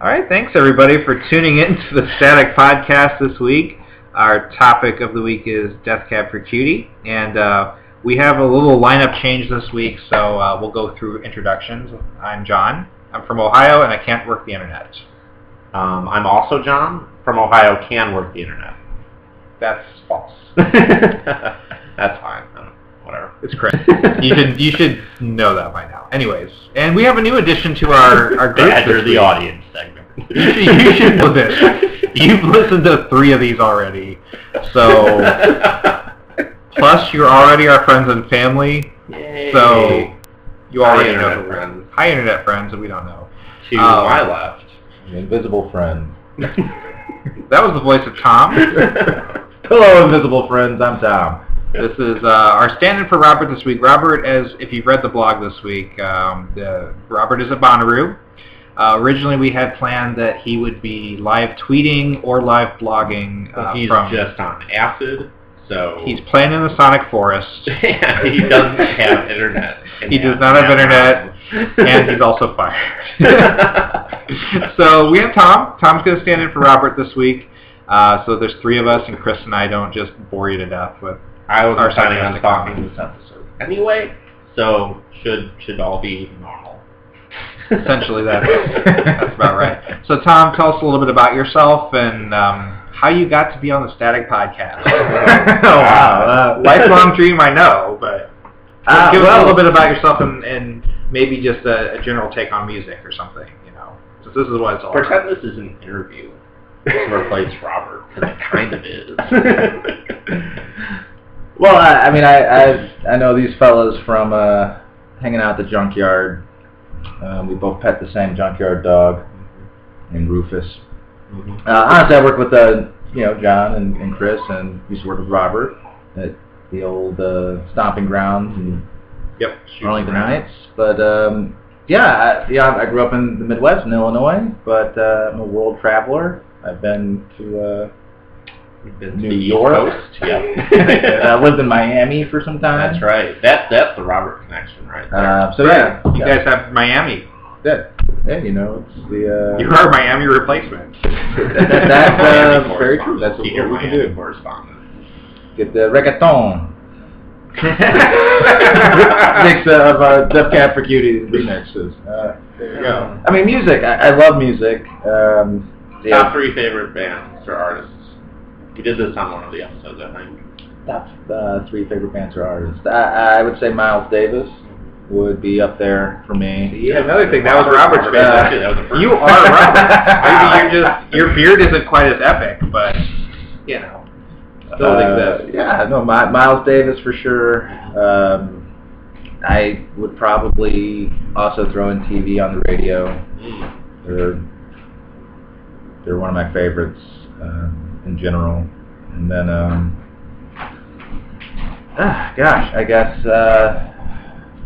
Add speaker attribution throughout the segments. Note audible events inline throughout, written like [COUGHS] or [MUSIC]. Speaker 1: All right, thanks everybody for tuning in to the Static Podcast this week. Our topic of the week is Death Cab for Cutie, and uh, we have a little lineup change this week, so uh, we'll go through introductions. I'm John. I'm from Ohio, and I can't work the internet.
Speaker 2: Um, I'm also John from Ohio. Can work the internet.
Speaker 1: That's false. [LAUGHS]
Speaker 2: That's fine. I don't- Whatever.
Speaker 1: It's correct. [LAUGHS] you should you should know that by now. Anyways, and we have a new addition to our our group.
Speaker 2: Badger
Speaker 1: this
Speaker 2: the
Speaker 1: week.
Speaker 2: audience segment.
Speaker 1: You should, you should know
Speaker 2: [LAUGHS]
Speaker 1: this. You've listened to three of these already, so plus you're already our friends and family. So you
Speaker 2: Hi,
Speaker 1: already
Speaker 2: internet
Speaker 1: know who we are.
Speaker 2: friends.
Speaker 1: Hi, internet friends that we don't know.
Speaker 2: to
Speaker 1: um,
Speaker 2: my
Speaker 1: [LAUGHS]
Speaker 2: left.
Speaker 3: The invisible friend.
Speaker 1: That was the voice of Tom.
Speaker 3: [LAUGHS] Hello, invisible friends. I'm Tom.
Speaker 1: this is uh, our stand-in for Robert this week. Robert, as if you've read the blog this week, um, the, Robert is at Bonnaroo. Uh, originally, we had planned that he would be live tweeting or live blogging. Uh,
Speaker 2: He's
Speaker 1: from,
Speaker 2: just on acid, so
Speaker 1: he's playing in the Sonic Forest,
Speaker 2: Yeah, [LAUGHS] he doesn't have internet.
Speaker 1: He does not have internet, and he's also fired. [LAUGHS] so we have Tom. Tom's going to stand in for Robert this week. Uh, so there's three of us, and Chris and I don't just bore you to death with
Speaker 2: [LAUGHS] I was
Speaker 1: our
Speaker 2: planning on
Speaker 1: sarcastic
Speaker 2: talking
Speaker 1: comments.
Speaker 2: this episode anyway, so should should all be normal.
Speaker 1: Essentially, that's, that's about right. So Tom, tell us a little bit about yourself and um, how you got to be on the Static
Speaker 3: [LAUGHS]
Speaker 1: Podcast.
Speaker 3: Oh, wow. Uh,
Speaker 1: [LAUGHS] Lifelong dream, I know, but
Speaker 3: Uh,
Speaker 1: give us
Speaker 3: well-
Speaker 1: a little bit about yourself and, and maybe just a, a general take on music or something. You know, since this is what it's all. about.
Speaker 2: Pretend this is an interview to replace Robert, because it kind of [LAUGHS] is.
Speaker 3: Well, I, I mean, I, I I know these fellas from uh, hanging out at the junkyard. Um, we both pet the same junkyard dog named Rufus.
Speaker 2: Mhm.
Speaker 3: Uh, honestly, I work with uh, you know John and, and Chris, and used to work with Robert at the old uh, stomping grounds
Speaker 2: Mm-hmm.
Speaker 3: and
Speaker 1: Yep.
Speaker 3: Arlington Heights. But um, yeah, I, yeah, I grew up in the Midwest in Illinois, but uh, I'm a world traveler. I've been to uh,
Speaker 2: You've been to
Speaker 3: New
Speaker 2: the East
Speaker 3: York.
Speaker 2: Coast?
Speaker 3: and
Speaker 2: [LAUGHS] Yeah.
Speaker 3: I lived in Miami for some time.
Speaker 2: that's right. That that's the Robert connection right there. [LAUGHS]
Speaker 3: Uh, so yeah,
Speaker 1: You
Speaker 3: yeah,
Speaker 1: guys have Miami.
Speaker 3: yeah, you know, it's the uh,
Speaker 1: You're our Miami replacement.
Speaker 3: that- that's, uh,
Speaker 2: Miami
Speaker 3: very true.
Speaker 2: correspondent,
Speaker 3: That's what
Speaker 2: senior
Speaker 3: we can
Speaker 2: Miami
Speaker 3: do.
Speaker 2: Correspondent.
Speaker 3: get the
Speaker 1: [LAUGHS]
Speaker 3: reggaeton
Speaker 1: there
Speaker 3: mix of uh, [LAUGHS] Def Cab for Cutie remixes. Uh,
Speaker 1: you go.
Speaker 3: I mean, music. I, I love music. Um, yeah,
Speaker 2: Top three favorite bands or artists. We did this on one of the episodes, I think.
Speaker 3: top uh, three favorite bands or artists. I, I would say Miles Davis would be up there for me.
Speaker 1: Yeah, another thing, that was Robert's
Speaker 2: band.
Speaker 3: band.
Speaker 2: Actually, that was the first
Speaker 1: You
Speaker 2: one.
Speaker 1: are right. Maybe you're just your beard isn't quite as epic, but you know, still
Speaker 3: Uh,
Speaker 1: exists.
Speaker 3: yeah, no, My, Miles Davis for sure. Um, I would probably also throw in TV on the radio.
Speaker 2: Mm.
Speaker 3: They're they're one of my favorites um, in general. And then, um, ah, gosh, I guess uh,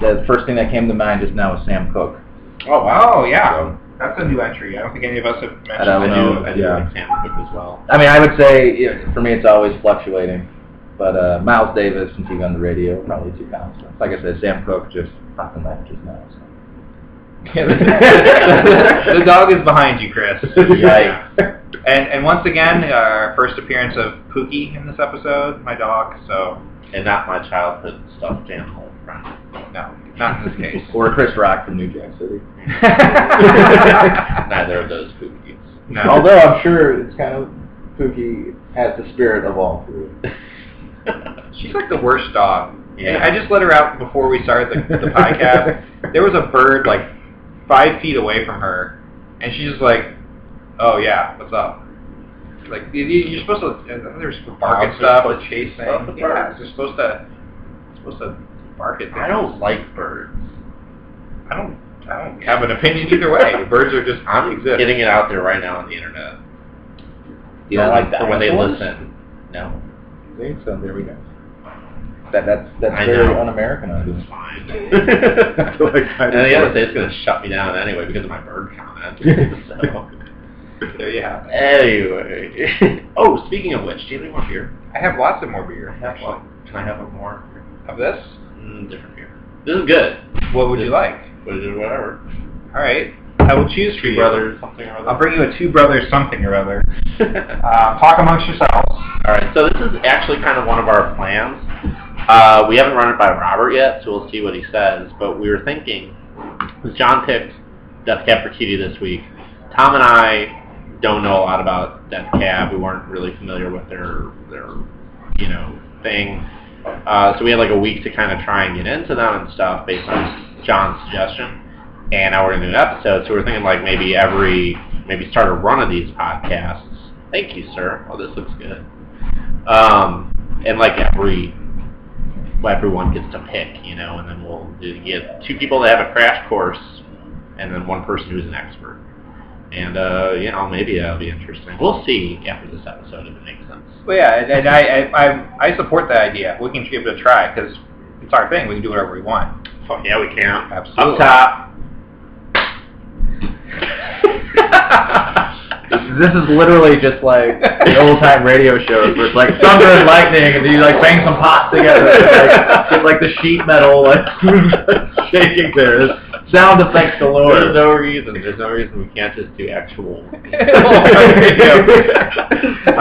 Speaker 3: the first thing that came to mind just now was Sam Cooke.
Speaker 1: Oh wow, yeah,
Speaker 3: So,
Speaker 1: that's a new entry. I don't think any of us have mentioned.
Speaker 3: I don't
Speaker 2: I
Speaker 1: that.
Speaker 3: know,
Speaker 2: do, I do
Speaker 3: yeah.
Speaker 2: like Sam Cooke as well.
Speaker 3: I mean, I would say you know, for me, it's always fluctuating. But uh, Miles Davis and TV on the radio, probably two constants. Like I said, Sam Cooke just popping up just now. So.
Speaker 1: the dog is behind you, Chris.
Speaker 3: Yikes.
Speaker 1: And and once again, our first appearance of Pookie in this episode, my dog. So
Speaker 2: And not my childhood stuffed animal friend.
Speaker 1: no, not in this
Speaker 3: [LAUGHS]
Speaker 1: case.
Speaker 3: Or Chris Rock from New Jack City.
Speaker 2: Neither of those cookies. [LAUGHS]
Speaker 1: no.
Speaker 3: Although I'm sure it's kind of Pookie has the spirit of all three.
Speaker 1: She's like the worst dog.
Speaker 2: Yeah.
Speaker 1: I just let her out before we started the, the podcast. There was a bird like five feet away from her, and she's just like, "Oh yeah, what's up?" Like you- you- you're supposed to. and then They're supposed to bark at
Speaker 2: Dogs are
Speaker 1: stuff,
Speaker 2: supposed
Speaker 1: or
Speaker 2: to
Speaker 1: chase
Speaker 2: chase stuff,
Speaker 1: things.
Speaker 2: the
Speaker 1: Yeah,
Speaker 2: birds.
Speaker 1: they're supposed to supposed to bark at things.
Speaker 2: I don't like birds.
Speaker 1: I don't. I don't [LAUGHS] have an opinion either
Speaker 2: [LAUGHS]
Speaker 1: way. Birds are just
Speaker 2: I'm
Speaker 1: exist.
Speaker 2: getting it out there right now on the internet.
Speaker 3: You don't like
Speaker 2: for
Speaker 3: that
Speaker 2: when they
Speaker 3: dinosaurs?
Speaker 2: listen. No,
Speaker 3: See, so [LAUGHS] there we go. That, that's that's
Speaker 2: I
Speaker 3: very
Speaker 2: know.
Speaker 3: un-American of you.
Speaker 1: [LAUGHS]
Speaker 2: it's [LAUGHS] fine. and
Speaker 3: That's what I tried to
Speaker 2: the other
Speaker 3: say.
Speaker 2: day, it's gonna shut me down anyway because of my
Speaker 1: [LAUGHS]
Speaker 2: bird comment. so
Speaker 1: There you have it.
Speaker 2: anyway, oh, speaking of which, do you have any more beer?
Speaker 1: I have lots of more beer.
Speaker 2: Actually, can I have a more
Speaker 1: Of this,
Speaker 2: mm, different beer? This is good.
Speaker 1: what would you like?
Speaker 2: But it is whatever.
Speaker 1: All right. I will choose for
Speaker 2: Two
Speaker 1: you.
Speaker 2: brothers, something or
Speaker 1: I'll
Speaker 2: other.
Speaker 1: bring you a two brothers something or other.
Speaker 2: [LAUGHS]
Speaker 1: Uh, talk amongst yourselves.
Speaker 2: All right, so this is actually kind of one of our plans. Uh, we haven't run it by Robert yet, so we'll see what he says. But we were thinking, because John picked Death Cab for Cutie this week, Tom and I don't know a lot about Death Cab. We weren't really familiar with their their you know thing. Uh, so we had like a week to kind of try and get into them and stuff based on John's suggestion. And now we're gonna do an episode, so we're thinking like maybe every maybe start a run of these podcasts. Thank you, sir. Oh, this looks good. Um, and like every well, everyone gets to pick, you know, and then we'll do- get two people that have a crash course, and then one person who's an expert. And uh, you know, maybe that'll be interesting. We'll see after this episode if it makes sense.
Speaker 1: Well, yeah, and- and I, I, I, I support that idea. We can give it a try because it's our thing. We can do whatever we want.
Speaker 2: Fuck yeah, we can. Up
Speaker 1: Absolutely.
Speaker 2: top.
Speaker 4: This is literally just like the old time radio shows where it's like thunder and lightning, and then you like bang some pots together, and, like, get like the sheet metal like [LAUGHS] shaking there. There's sound effects
Speaker 2: There's
Speaker 4: [LAUGHS] galore.
Speaker 2: no [LAUGHS] reason. There's no reason we can't just do actual. [LAUGHS]
Speaker 1: I'm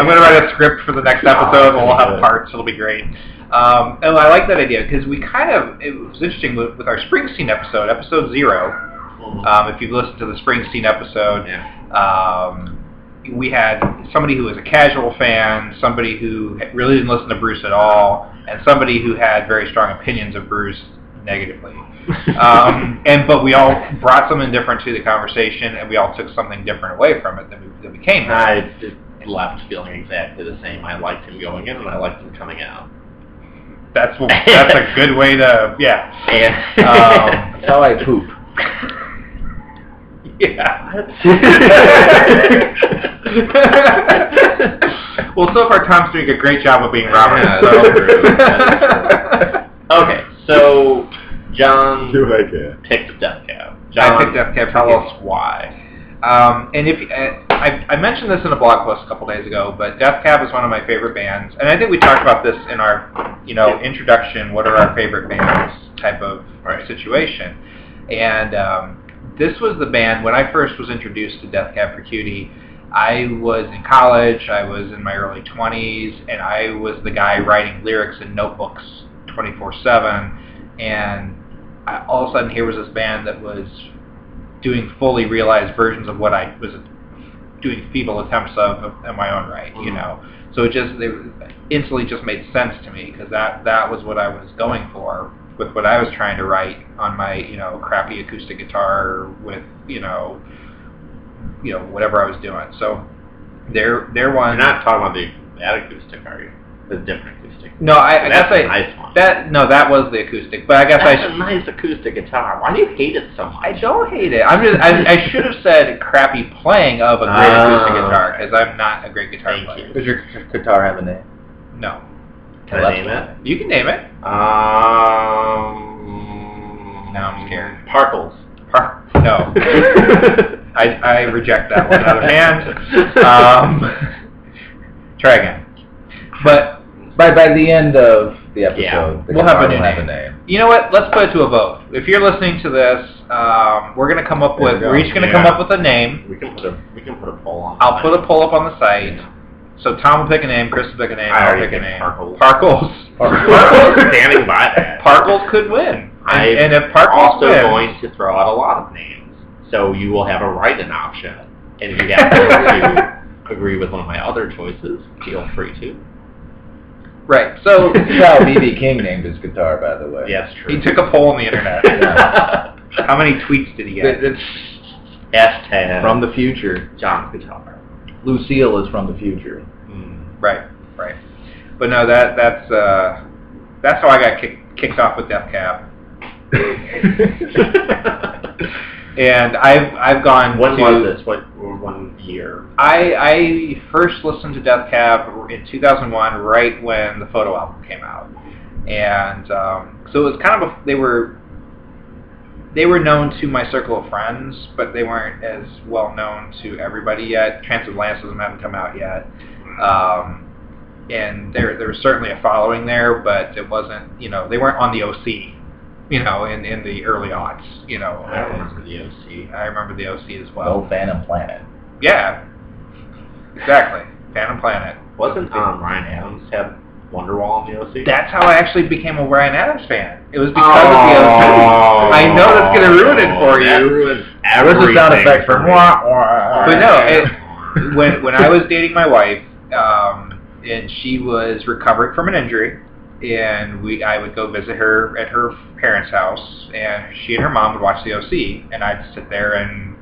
Speaker 1: gonna write a script for the next episode, and we'll have parts. It'll be great. Um, and I like that idea because we kind of it was interesting with, with our Springsteen episode, episode zero. Um, if you've listened to the Springsteen episode,
Speaker 2: [LAUGHS] yeah.
Speaker 1: um, we had somebody who was a casual fan, somebody who really didn't listen to Bruce at all, and somebody who had very strong opinions of Bruce negatively. Um, and but we all brought something different to the conversation, and we all took something different away from it that we, that we came. with.
Speaker 2: I d- left feeling exactly the same. I liked him going in and I liked him coming out.
Speaker 1: That's that's a good way to yeah
Speaker 2: [LAUGHS] And
Speaker 4: [LAUGHS]
Speaker 1: Um,
Speaker 4: That's how I poop.
Speaker 1: yeah.
Speaker 2: okay,
Speaker 1: Well, so far Tom's doing a great job of being Robert.
Speaker 2: Yeah,
Speaker 1: so-
Speaker 2: that's true.
Speaker 1: [LAUGHS]
Speaker 2: so John
Speaker 4: I can.
Speaker 2: picked Death Cab. John,
Speaker 1: I picked up Cab. Tell us why. Um, and if uh, I, I mentioned this in a blog post a couple days ago, but Death Cab is one of my favorite bands, and I think we talked about this in our, you know, introduction. What are our favorite bands? Type of situation. And um, this was the band when I first was introduced to Death Cab for Cutie. I was in college. I was in my early 20s, and I was the guy writing lyrics in notebooks 24/7. And I, all of a sudden, here was this band that was doing fully realized versions of what I was doing feeble attempts of in my own right. You
Speaker 2: Mhm.
Speaker 1: know, so it just they instantly just made sense to me because that that was what I was going for with what I was trying to write on my you know crappy acoustic guitar with you know you know whatever I was doing. So they're they're
Speaker 2: You're
Speaker 1: one.
Speaker 2: not talking about the that acoustic, are you? The different acoustic.
Speaker 1: no, I, I guess
Speaker 2: That's a
Speaker 1: I
Speaker 2: nice one.
Speaker 1: that no that was the acoustic, but I guess I
Speaker 2: That's
Speaker 1: sh-
Speaker 2: a nice acoustic guitar. Why do you hate it so much?
Speaker 1: I don't hate it. I'm just I, I should have said crappy playing of a great acoustic
Speaker 2: Oh.
Speaker 1: guitar because I'm not a great guitar
Speaker 2: Thank
Speaker 1: player.
Speaker 4: Does your c- guitar have a name?
Speaker 1: No,
Speaker 2: Can I name it?
Speaker 1: you can name it.
Speaker 2: Um.
Speaker 1: Now I'm scared. [LAUGHS]
Speaker 2: Parkles. Uh,
Speaker 1: Par- no, I I reject that one out of
Speaker 2: [LAUGHS]
Speaker 1: hand.
Speaker 2: Um,
Speaker 1: Um, [LAUGHS] try again. But
Speaker 4: By by the end of the episode,
Speaker 2: Yeah.
Speaker 4: the
Speaker 1: We'll have
Speaker 4: guitar
Speaker 1: a new
Speaker 4: will have
Speaker 1: name.
Speaker 4: a name.
Speaker 1: you know what? Let's put it to a vote. If you're listening to this, um, we're gonna come up
Speaker 4: There
Speaker 1: with
Speaker 4: we go.
Speaker 1: we're each gonna
Speaker 2: Yeah.
Speaker 1: come up with a name.
Speaker 2: we can put a we can put a poll on.
Speaker 1: I'll put a poll up on the site.
Speaker 2: Yeah.
Speaker 1: So Tom will pick a name, Chris will pick a name,
Speaker 2: I
Speaker 1: I'll
Speaker 2: already
Speaker 1: pick a
Speaker 2: picked
Speaker 1: name.
Speaker 2: Parkles.
Speaker 1: [LAUGHS] Parkles.
Speaker 2: Parkles standing by that.
Speaker 1: Parkles could win.
Speaker 2: I
Speaker 1: And, and if Parkles
Speaker 2: also
Speaker 1: wins,
Speaker 2: going to throw out a lot of names, so you will have a write-in option.
Speaker 1: [LAUGHS]
Speaker 2: And if you happen to agree with one of my other choices, feel free to.
Speaker 1: right? So
Speaker 4: That's how BB King named his guitar, by the way.
Speaker 2: Yes,
Speaker 1: [LAUGHS] he
Speaker 2: true.
Speaker 1: took a poll on the
Speaker 2: [LAUGHS]
Speaker 1: internet. How many tweets did he
Speaker 4: It-
Speaker 1: get?
Speaker 4: it's
Speaker 2: Hashtag
Speaker 4: from the future.
Speaker 2: John's guitar.
Speaker 4: Lucille is from the future.
Speaker 1: Right, right. But no, that that's uh, that's how I got kicked kicked off with Death Cab, and I've I've gone.
Speaker 2: when
Speaker 1: to,
Speaker 2: was this? [LAUGHS] What or one year?
Speaker 1: I I first listened to Death Cab in 2001, right when the photo album came out, and um, so it was kind of a, they were they were known to my circle of friends, but they weren't as well known to everybody yet. Transatlanticism hadn't come out yet, um, and there there was certainly a following there, but it wasn't you know they weren't on the OC you know, in, in the early aughts, you know.
Speaker 2: I don't remember the OC.
Speaker 1: I remember the OC as well.
Speaker 3: Well, Phantom Planet.
Speaker 1: Yeah. Exactly. Phantom Planet.
Speaker 2: Wasn't um, Ryan Adams had Wonderwall in the OC?
Speaker 1: That's how I actually became a Ryan Adams fan. It was because of the OC. I know that's gonna ruin it for
Speaker 2: Oh. That
Speaker 1: you.
Speaker 2: ruins
Speaker 3: Where's the sound
Speaker 2: everything
Speaker 3: effect for
Speaker 2: me.
Speaker 3: wah, wah.
Speaker 1: But no,
Speaker 2: [LAUGHS] Uh,
Speaker 1: it, when when I was dating my wife, um, and she was recovering from an injury, and we I would go visit her at her parents' house, and she and her mom would watch the OC, and I'd sit there and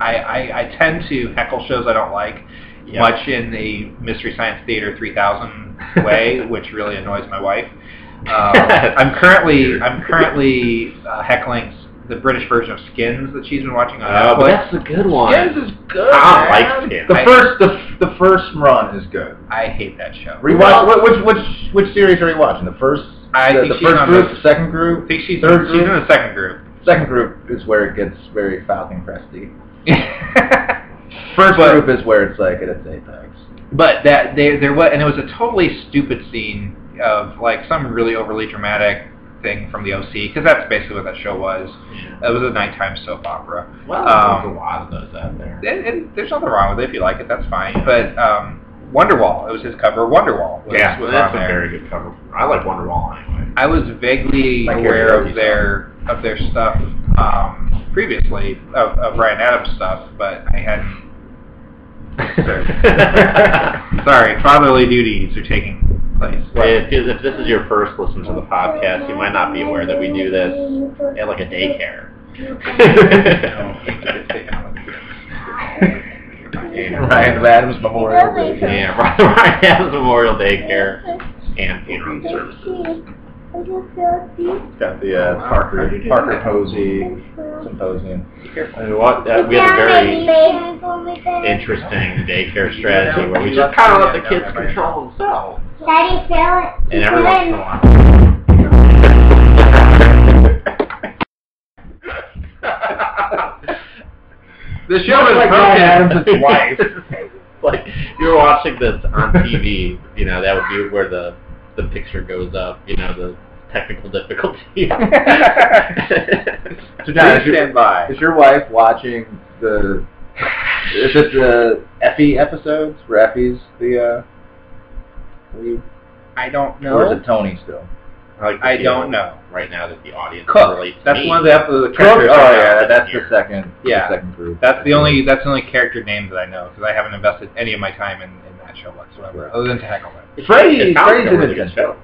Speaker 1: I I, I tend to heckle shows I don't like.
Speaker 2: Yeah.
Speaker 1: Much in the Mystery Science Theater 3000 way, which really annoys my wife. Um, I'm currently I'm currently uh, heckling the British version of Skins that she's been watching on
Speaker 2: Uh, but
Speaker 1: Netflix.
Speaker 2: that's a good one.
Speaker 1: Skins is good.
Speaker 2: I
Speaker 1: man.
Speaker 2: don't like Skins.
Speaker 4: The
Speaker 1: I-
Speaker 4: first, the, the first run is good.
Speaker 1: I hate that show.
Speaker 3: Rewatch. wh- Which which which series are you watching? The first.
Speaker 1: I
Speaker 3: the,
Speaker 1: think
Speaker 3: the
Speaker 1: she's
Speaker 3: first
Speaker 1: on
Speaker 3: group,
Speaker 1: the-
Speaker 3: the second
Speaker 1: I
Speaker 3: group.
Speaker 1: think she's
Speaker 3: Third
Speaker 1: she's in the second group.
Speaker 3: Second group is where it gets very Falcon Cresty.
Speaker 1: first but,
Speaker 3: Group is where it's like at its apex.
Speaker 1: [LAUGHS] but that there there was and it was a totally stupid scene of like some really overly dramatic thing from the OC because that's basically what that show was.
Speaker 2: Yeah.
Speaker 1: It was a nighttime soap opera.
Speaker 2: Well,
Speaker 1: Um,
Speaker 2: there's a lot of those out there.
Speaker 1: And, and there's nothing wrong with it if you like it, that's fine. But um, Wonderwall, it was his cover. Wonderwall was,
Speaker 2: yeah,
Speaker 1: was
Speaker 2: that's
Speaker 1: on
Speaker 2: a
Speaker 1: there.
Speaker 2: very good cover. I like Wonderwall anyway.
Speaker 1: I was vaguely
Speaker 3: Like your
Speaker 1: aware of
Speaker 3: Yogi
Speaker 1: their of their stuff um, previously of, of Ryan Adams stuff, but I hadn't.
Speaker 2: [LAUGHS]
Speaker 1: Sorry, fatherly duties are taking place.
Speaker 2: if, if this is your first listen to the podcast, you might not be aware that we do this at like a [LAUGHS]
Speaker 5: [LAUGHS]
Speaker 2: daycare.
Speaker 3: Ryan Adams Memorial. League.
Speaker 2: yeah, [LAUGHS] Ryan Adams Memorial Daycare and funeral services.
Speaker 5: Services.
Speaker 3: It's got the
Speaker 1: Oh,
Speaker 3: uh, Parker Parker Posey symposium.
Speaker 2: I mean, what, uh, we had a very interesting daycare strategy where we just kind of let the kids control themselves.
Speaker 5: Daddy, fill it.
Speaker 2: And every once in a [LAUGHS] while.
Speaker 1: The show
Speaker 3: Much
Speaker 1: is
Speaker 3: like Ryan
Speaker 1: broken.
Speaker 3: Adams'
Speaker 1: [LAUGHS]
Speaker 3: wife.
Speaker 2: like you're watching this on TV, you know that would be where the the picture goes up. You know the technical [LAUGHS] difficulty.
Speaker 3: So John,
Speaker 1: Please
Speaker 3: is your,
Speaker 1: stand by.
Speaker 3: is your wife watching the? Is it the Effie episodes where Effie's the uh, lead?
Speaker 1: I don't
Speaker 3: Or is
Speaker 1: know.
Speaker 3: it Tony still?
Speaker 2: like to
Speaker 1: I
Speaker 2: feel
Speaker 1: don't know.
Speaker 2: right now that the audience
Speaker 1: Cook.
Speaker 2: relates. to
Speaker 1: That's
Speaker 2: me.
Speaker 1: one of the episodes.
Speaker 3: Oh yeah,
Speaker 2: out
Speaker 3: that's the
Speaker 2: here.
Speaker 3: second.
Speaker 1: Yeah.
Speaker 3: the second group.
Speaker 1: That's the only that's the only character name that I know because I haven't invested any of my time in, in that show whatsoever, other than to heckle it.
Speaker 3: Freddy.
Speaker 2: It sounds like
Speaker 3: Freddy's
Speaker 2: a
Speaker 3: in
Speaker 2: really
Speaker 3: it.
Speaker 2: good
Speaker 3: just-
Speaker 2: show.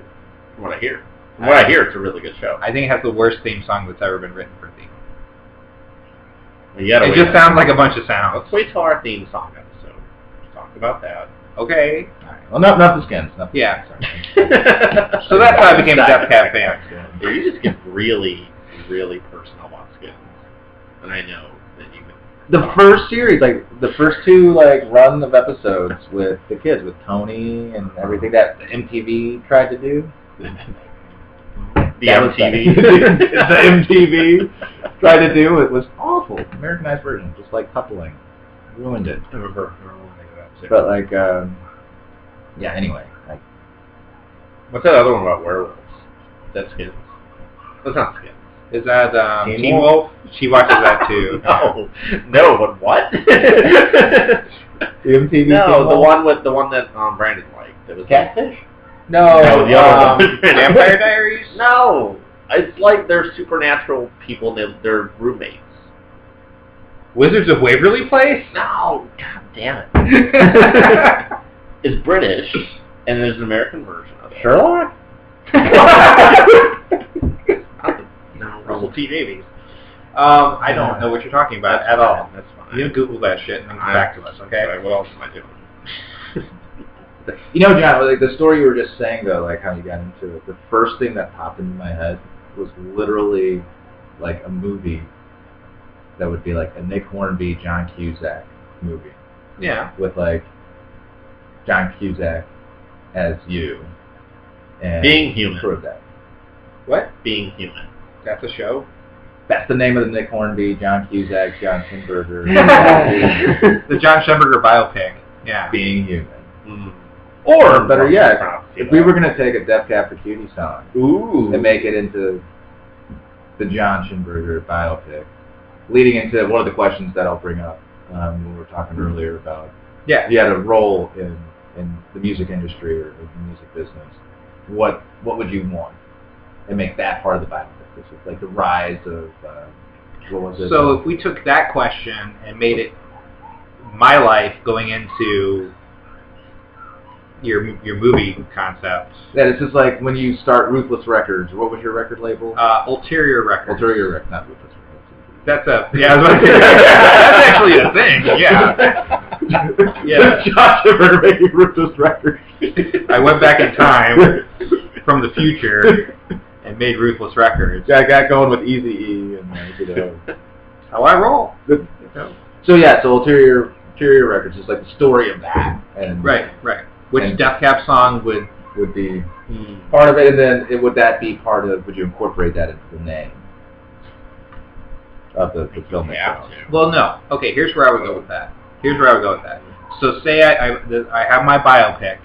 Speaker 2: From what I hear, from what I hear, it's a really good show.
Speaker 1: I think it has the worst theme song that's ever been written for a theme.
Speaker 2: You gotta
Speaker 1: It
Speaker 2: wait.
Speaker 1: just sounds like a bunch of sounds.
Speaker 2: Let's wait till our theme song episode. Let's talk about [LAUGHS] that.
Speaker 1: Okay.
Speaker 3: Alright, Well, not not the skins. Not the
Speaker 1: Yeah.
Speaker 3: Skins, sorry.
Speaker 1: So that's how I became a
Speaker 2: [LAUGHS]
Speaker 1: Death Cab fan.
Speaker 2: Yeah, you just get really, really personal about skins, and I know that you [LAUGHS] can.
Speaker 3: the first series, like the first two like run of episodes with the kids, with Tony and everything that MTV tried
Speaker 1: [LAUGHS]
Speaker 3: to do.
Speaker 2: The
Speaker 3: That
Speaker 2: [LAUGHS]
Speaker 3: was
Speaker 2: MTV.
Speaker 3: bad. the MTV tried to do it was awful. Americanized version, just like coupling, ruined it.
Speaker 2: I remember, I remember when they got that too.
Speaker 3: But like, um, yeah. Anyway, like,
Speaker 2: What's that other one about werewolves? That's skins. That's not skins.
Speaker 1: Is that um,
Speaker 3: Teen
Speaker 1: Teen Wolf? She watches that
Speaker 3: [LAUGHS]
Speaker 1: too.
Speaker 2: [LAUGHS] no, no, but [LAUGHS] what?
Speaker 3: the MTV.
Speaker 2: no, the
Speaker 3: thing
Speaker 2: one with the one that um, Brandon liked. That was
Speaker 3: Catfish?
Speaker 1: No,
Speaker 2: No, the other
Speaker 1: um,
Speaker 2: one.
Speaker 1: [LAUGHS] Vampire Diaries.
Speaker 2: No, it's like they're supernatural people. And they're, they're roommates.
Speaker 1: Wizards of Waverly Place. [LAUGHS]
Speaker 2: No, god damn it.
Speaker 1: Sherlock.
Speaker 2: It's British, and there's an American version of it.
Speaker 1: [LAUGHS]
Speaker 3: Sherlock.
Speaker 2: No, Russell T Davies.
Speaker 1: Um, I don't know what you're talking about
Speaker 2: That's
Speaker 1: at all.
Speaker 2: fine, That's fine.
Speaker 1: You can Google that shit and then come
Speaker 2: I'm-
Speaker 1: back to us, okay?
Speaker 2: Alright, what else am I doing?
Speaker 3: You know, John, like the story you were just saying though, like how you got into it. The first thing that popped into my head was literally like a movie that would be like a Nick Hornby, John Cusack movie
Speaker 1: Yeah.
Speaker 3: with like John Cusack as you and
Speaker 2: Being human.
Speaker 3: Sort of that.
Speaker 2: Being human.
Speaker 1: That's a show.
Speaker 3: That's the name of the Nick Hornby, John Cusack, John
Speaker 1: [LAUGHS]
Speaker 3: [LAUGHS] Sinberger.
Speaker 1: The John Schemberger biopic. Yeah.
Speaker 3: Being human.
Speaker 2: Mm.
Speaker 3: Or better yet,
Speaker 2: Props to
Speaker 3: if we
Speaker 2: that.
Speaker 3: were gonna take a Death Cab for Cutie song
Speaker 1: Ooh.
Speaker 3: and make it into the John Schimberger biopic, leading into one of the questions that I'll bring up um, when we were talking earlier about
Speaker 1: Yeah.
Speaker 3: he had a role in in the music industry or in the music business. What what would you want and make that part of the biopic? This is like the rise of uh, what was it?
Speaker 1: So if we took that question and made it my life going into your your movie concept,
Speaker 3: that it's just like when you start Ruthless Records. What was your record label?
Speaker 1: uh, ulterior records.
Speaker 3: Ulterior Records, not Ruthless Records.
Speaker 1: That's a yeah. I was about to say, [LAUGHS] that's actually a thing. Yeah. [LAUGHS] Yeah.
Speaker 3: Josh ever making Ruthless [LAUGHS] Records.
Speaker 1: I went back in time from the future and made ruthless records.
Speaker 3: I got going with Easy E and like, you know.
Speaker 1: How I roll.
Speaker 3: So yeah, so Ulterior Ulterior Records is like the story of that, and
Speaker 1: Right. Right. Which
Speaker 3: And-
Speaker 1: Death Cab song would?
Speaker 3: would be
Speaker 2: Hmm.
Speaker 3: part of it, and then it, would that be part of? Would you incorporate that into the name of the, the film? itself?
Speaker 1: Well, no. Okay. Here's where I would go with that. Here's where I would go with that. So say I I, that I have my biopic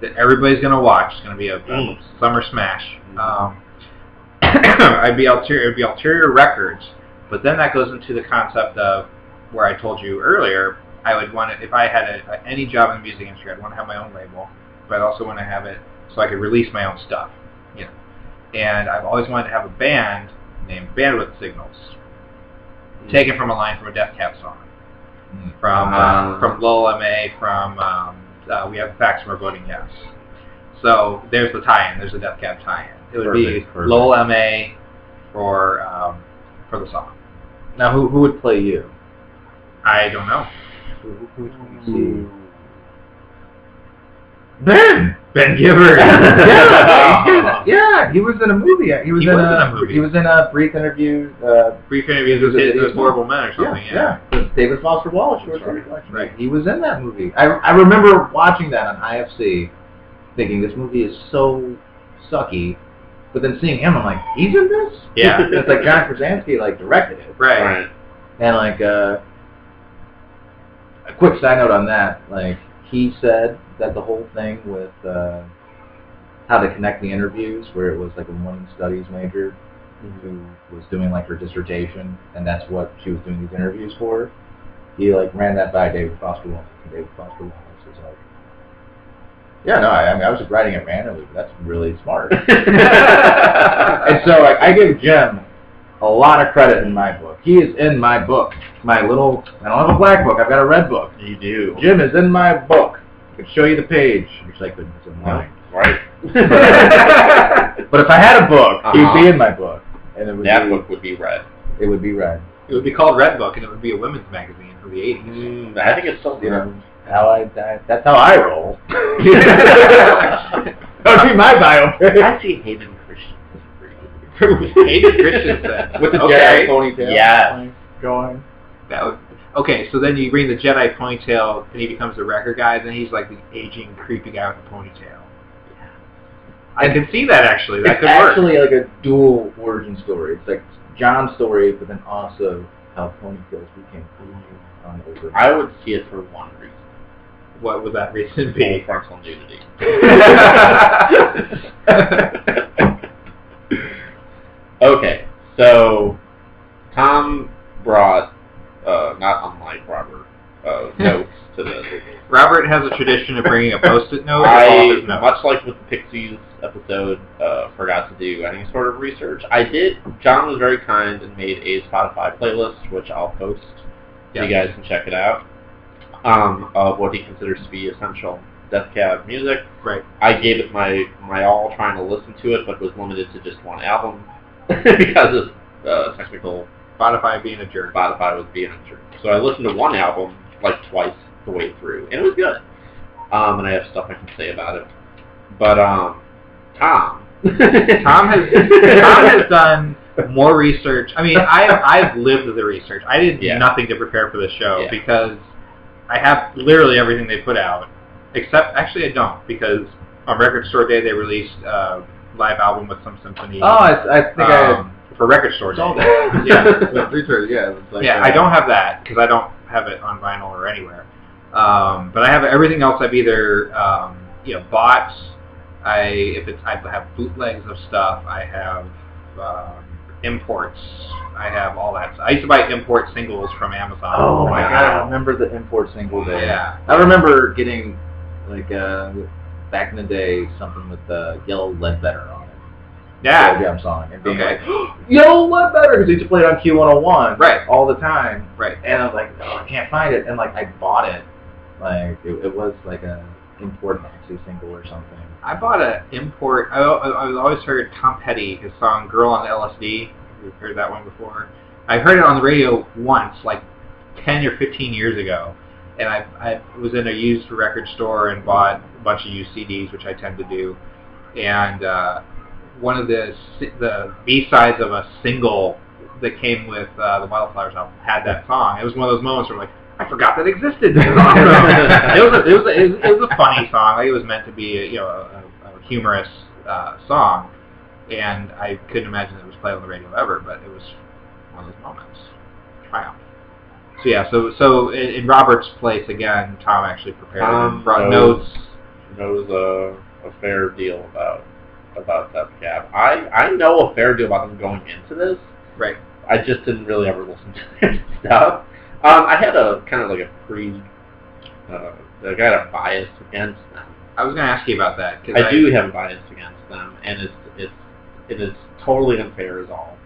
Speaker 1: that everybody's gonna watch. It's gonna be a, a
Speaker 2: Mm.
Speaker 1: summer smash. Um, [COUGHS] I'd be ulterior. It'd be ulterior records. But then that goes into the concept of where I told you earlier. I would want to, if I had a, a, any job in the music industry, I'd want to have my own label, but I'd also want to have it so I could release my own stuff, you know. And I've always wanted to have a band named Bandwidth Signals,
Speaker 3: Hmm.
Speaker 1: taken from a line from a Death Cab song,
Speaker 3: Mm.
Speaker 1: from uh,
Speaker 2: Ah.
Speaker 1: from Lil M.A. from um, uh, We Have the Facts and We're Voting Yes. So there's the tie-in. There's a Death Cab tie-in. It would
Speaker 3: Perfect,
Speaker 1: be
Speaker 3: perfect.
Speaker 1: Lil M.A. for um, for the song.
Speaker 3: Now, who who would play you?
Speaker 1: I don't know.
Speaker 2: Hmm.
Speaker 1: [LAUGHS]
Speaker 3: Ben.
Speaker 1: Ben
Speaker 3: [LAUGHS]
Speaker 1: Gibbard.
Speaker 3: yeah, yeah, he was in a movie. He was,
Speaker 1: He
Speaker 3: in,
Speaker 1: was
Speaker 3: a,
Speaker 1: in a movie.
Speaker 3: He was in a brief interview. Uh,
Speaker 1: Brief interviews with his, with horrible men or something. Oh, Yeah.
Speaker 3: yeah, yeah. David Foster Wallace. George
Speaker 1: That's right.
Speaker 3: David Foster.
Speaker 1: Right.
Speaker 3: He was in that movie. I I remember watching that on IFC, thinking this movie is so sucky, but then seeing him, I'm like, he's in this.
Speaker 1: Yeah.
Speaker 3: [LAUGHS] it's like John Krasinski like directed it.
Speaker 1: Right.
Speaker 2: Right.
Speaker 3: And like uh, a quick side note on that, like he said that the whole thing with uh, how to connect the interviews, where it was like a woman studies major who was doing like her dissertation, and that's what she was doing these interviews for. He like ran that by David Foster Wallace. and David Foster Wallace was like, "Yeah, no, I, I mean I was just writing it randomly, but that's really smart." and so like, I give Jim a lot of credit in my book. He is in my book. My little, I don't have a black book. I've got a red book.
Speaker 2: You do.
Speaker 3: Jim is in my book. I could show you the page, which I couldn't. It's in mine. [LAUGHS]
Speaker 2: [LAUGHS] Right.
Speaker 3: But if I had a book, he'd be
Speaker 2: Uh-huh.
Speaker 3: in my book, and it would
Speaker 2: That
Speaker 3: be,
Speaker 2: book would be red.
Speaker 3: it would be red.
Speaker 1: It would be called Red Book, and it would be a women's magazine from the 80s.
Speaker 2: Mm, I think it's still
Speaker 3: You
Speaker 2: red.
Speaker 3: know, how I, I that's how I roll. [LAUGHS]
Speaker 2: I
Speaker 3: that would be
Speaker 2: [LAUGHS]
Speaker 3: my biopic.
Speaker 2: see Hayden Christian.
Speaker 1: Hayden Christensen.
Speaker 3: With the
Speaker 1: okay.
Speaker 3: Jedi ponytail.
Speaker 2: Yes.
Speaker 3: Going.
Speaker 1: [LAUGHS] That would, okay, so then you bring the Jedi ponytail, and he becomes the record guy, and then he's like the aging, creepy guy with the ponytail. I can see that, actually. That
Speaker 3: It's
Speaker 1: could work.
Speaker 3: actually like a dual origin story. It's like John's story, but then also how ponytails became cool on over.
Speaker 2: I would see it for one reason.
Speaker 1: What would that reason
Speaker 2: Full
Speaker 1: be?
Speaker 2: frontal nudity. [LAUGHS] [LAUGHS] okay, so Tom brought, uh, not unlike Robert,
Speaker 1: [LAUGHS]
Speaker 2: uh, notes to this.
Speaker 1: [LAUGHS] Robert has a tradition of bringing a post-it note. along
Speaker 2: I,
Speaker 1: Oh, his notes.
Speaker 2: much like with the Pixies episode, uh, forgot to do any sort of research. I did. John was very kind and made a Spotify playlist, which I'll post so you guys can check it out. Um, of what he considers to be essential Death Cab music.
Speaker 1: Right.
Speaker 2: I gave it my my all trying to listen to it, but was limited to just one album [LAUGHS] because of uh, technical
Speaker 1: Spotify being a jerk.
Speaker 2: Spotify was being a jerk. So I listened to one album like twice the way through, and it was good. Um, and I have stuff I can say about it. But um, Tom,
Speaker 1: Tom
Speaker 2: [LAUGHS]
Speaker 1: has Tom has done more research. I mean, I I've lived the research. I did
Speaker 2: Yeah.
Speaker 1: nothing to prepare for the show
Speaker 2: Yeah.
Speaker 1: because I have literally everything they put out, except actually I don't because on Record Store Day they released a live album with some symphony.
Speaker 3: Oh, I, I think
Speaker 1: um, for Record Store
Speaker 3: I
Speaker 1: Day.
Speaker 3: saw that.
Speaker 1: Yeah.
Speaker 3: [LAUGHS] With Richard, yeah. It was like
Speaker 1: yeah,
Speaker 3: uh,
Speaker 1: I don't have that because I don't have it on vinyl or anywhere. Um, but I have everything else. I've either um, you know bought. I if it's I have bootlegs of stuff. I have um, imports. I have all that. I used to buy import singles from Amazon.
Speaker 3: Oh my god, I remember the import single day.
Speaker 1: Yeah.
Speaker 3: I remember getting like uh, back in the day something with the yellow Ledbetter on it.
Speaker 1: Yeah.
Speaker 3: Jam song and being
Speaker 1: Okay.
Speaker 3: like, [GASPS] yellow Ledbetter because they just played on Q101
Speaker 1: Right.
Speaker 3: all the time.
Speaker 1: Right.
Speaker 3: And I was like, oh, I can't find it. And like I bought it. Like it, it was like a import maxi single or something.
Speaker 1: I bought a import. I, I, I always heard Tom Petty his song "Girl on LSD." You've heard that one before. I heard it on the radio once, like ten or fifteen years ago, and I, I was in a used record store and bought a bunch of used CDs, which I tend to do. And uh, one of the si- the B sides of a single that came with uh, the Wildflowers album had that song. It was one of those moments where I'm like. I forgot that existed. This is awesome.
Speaker 2: [LAUGHS]
Speaker 1: it, was a, it, was a, it was it was a funny song. Like it was meant to be, a, you know, a, a, a humorous uh, song, and I couldn't imagine it was played on the radio ever. But it was one of those moments. Wow. So yeah, so so in, in Robert's place again, Tom actually prepared
Speaker 2: Tom
Speaker 1: and brought
Speaker 2: knows.
Speaker 1: notes.
Speaker 2: knows a, a fair deal about about Death Cab. I I know a fair deal about them going into this.
Speaker 1: Right.
Speaker 2: I just didn't really ever listen to [LAUGHS] their stuff. Um, I had a kind of like a pre, uh, I got a bias against them.
Speaker 1: I was going to ask you about that because
Speaker 2: I do have a bias against them, and it's it's it is totally unfair as all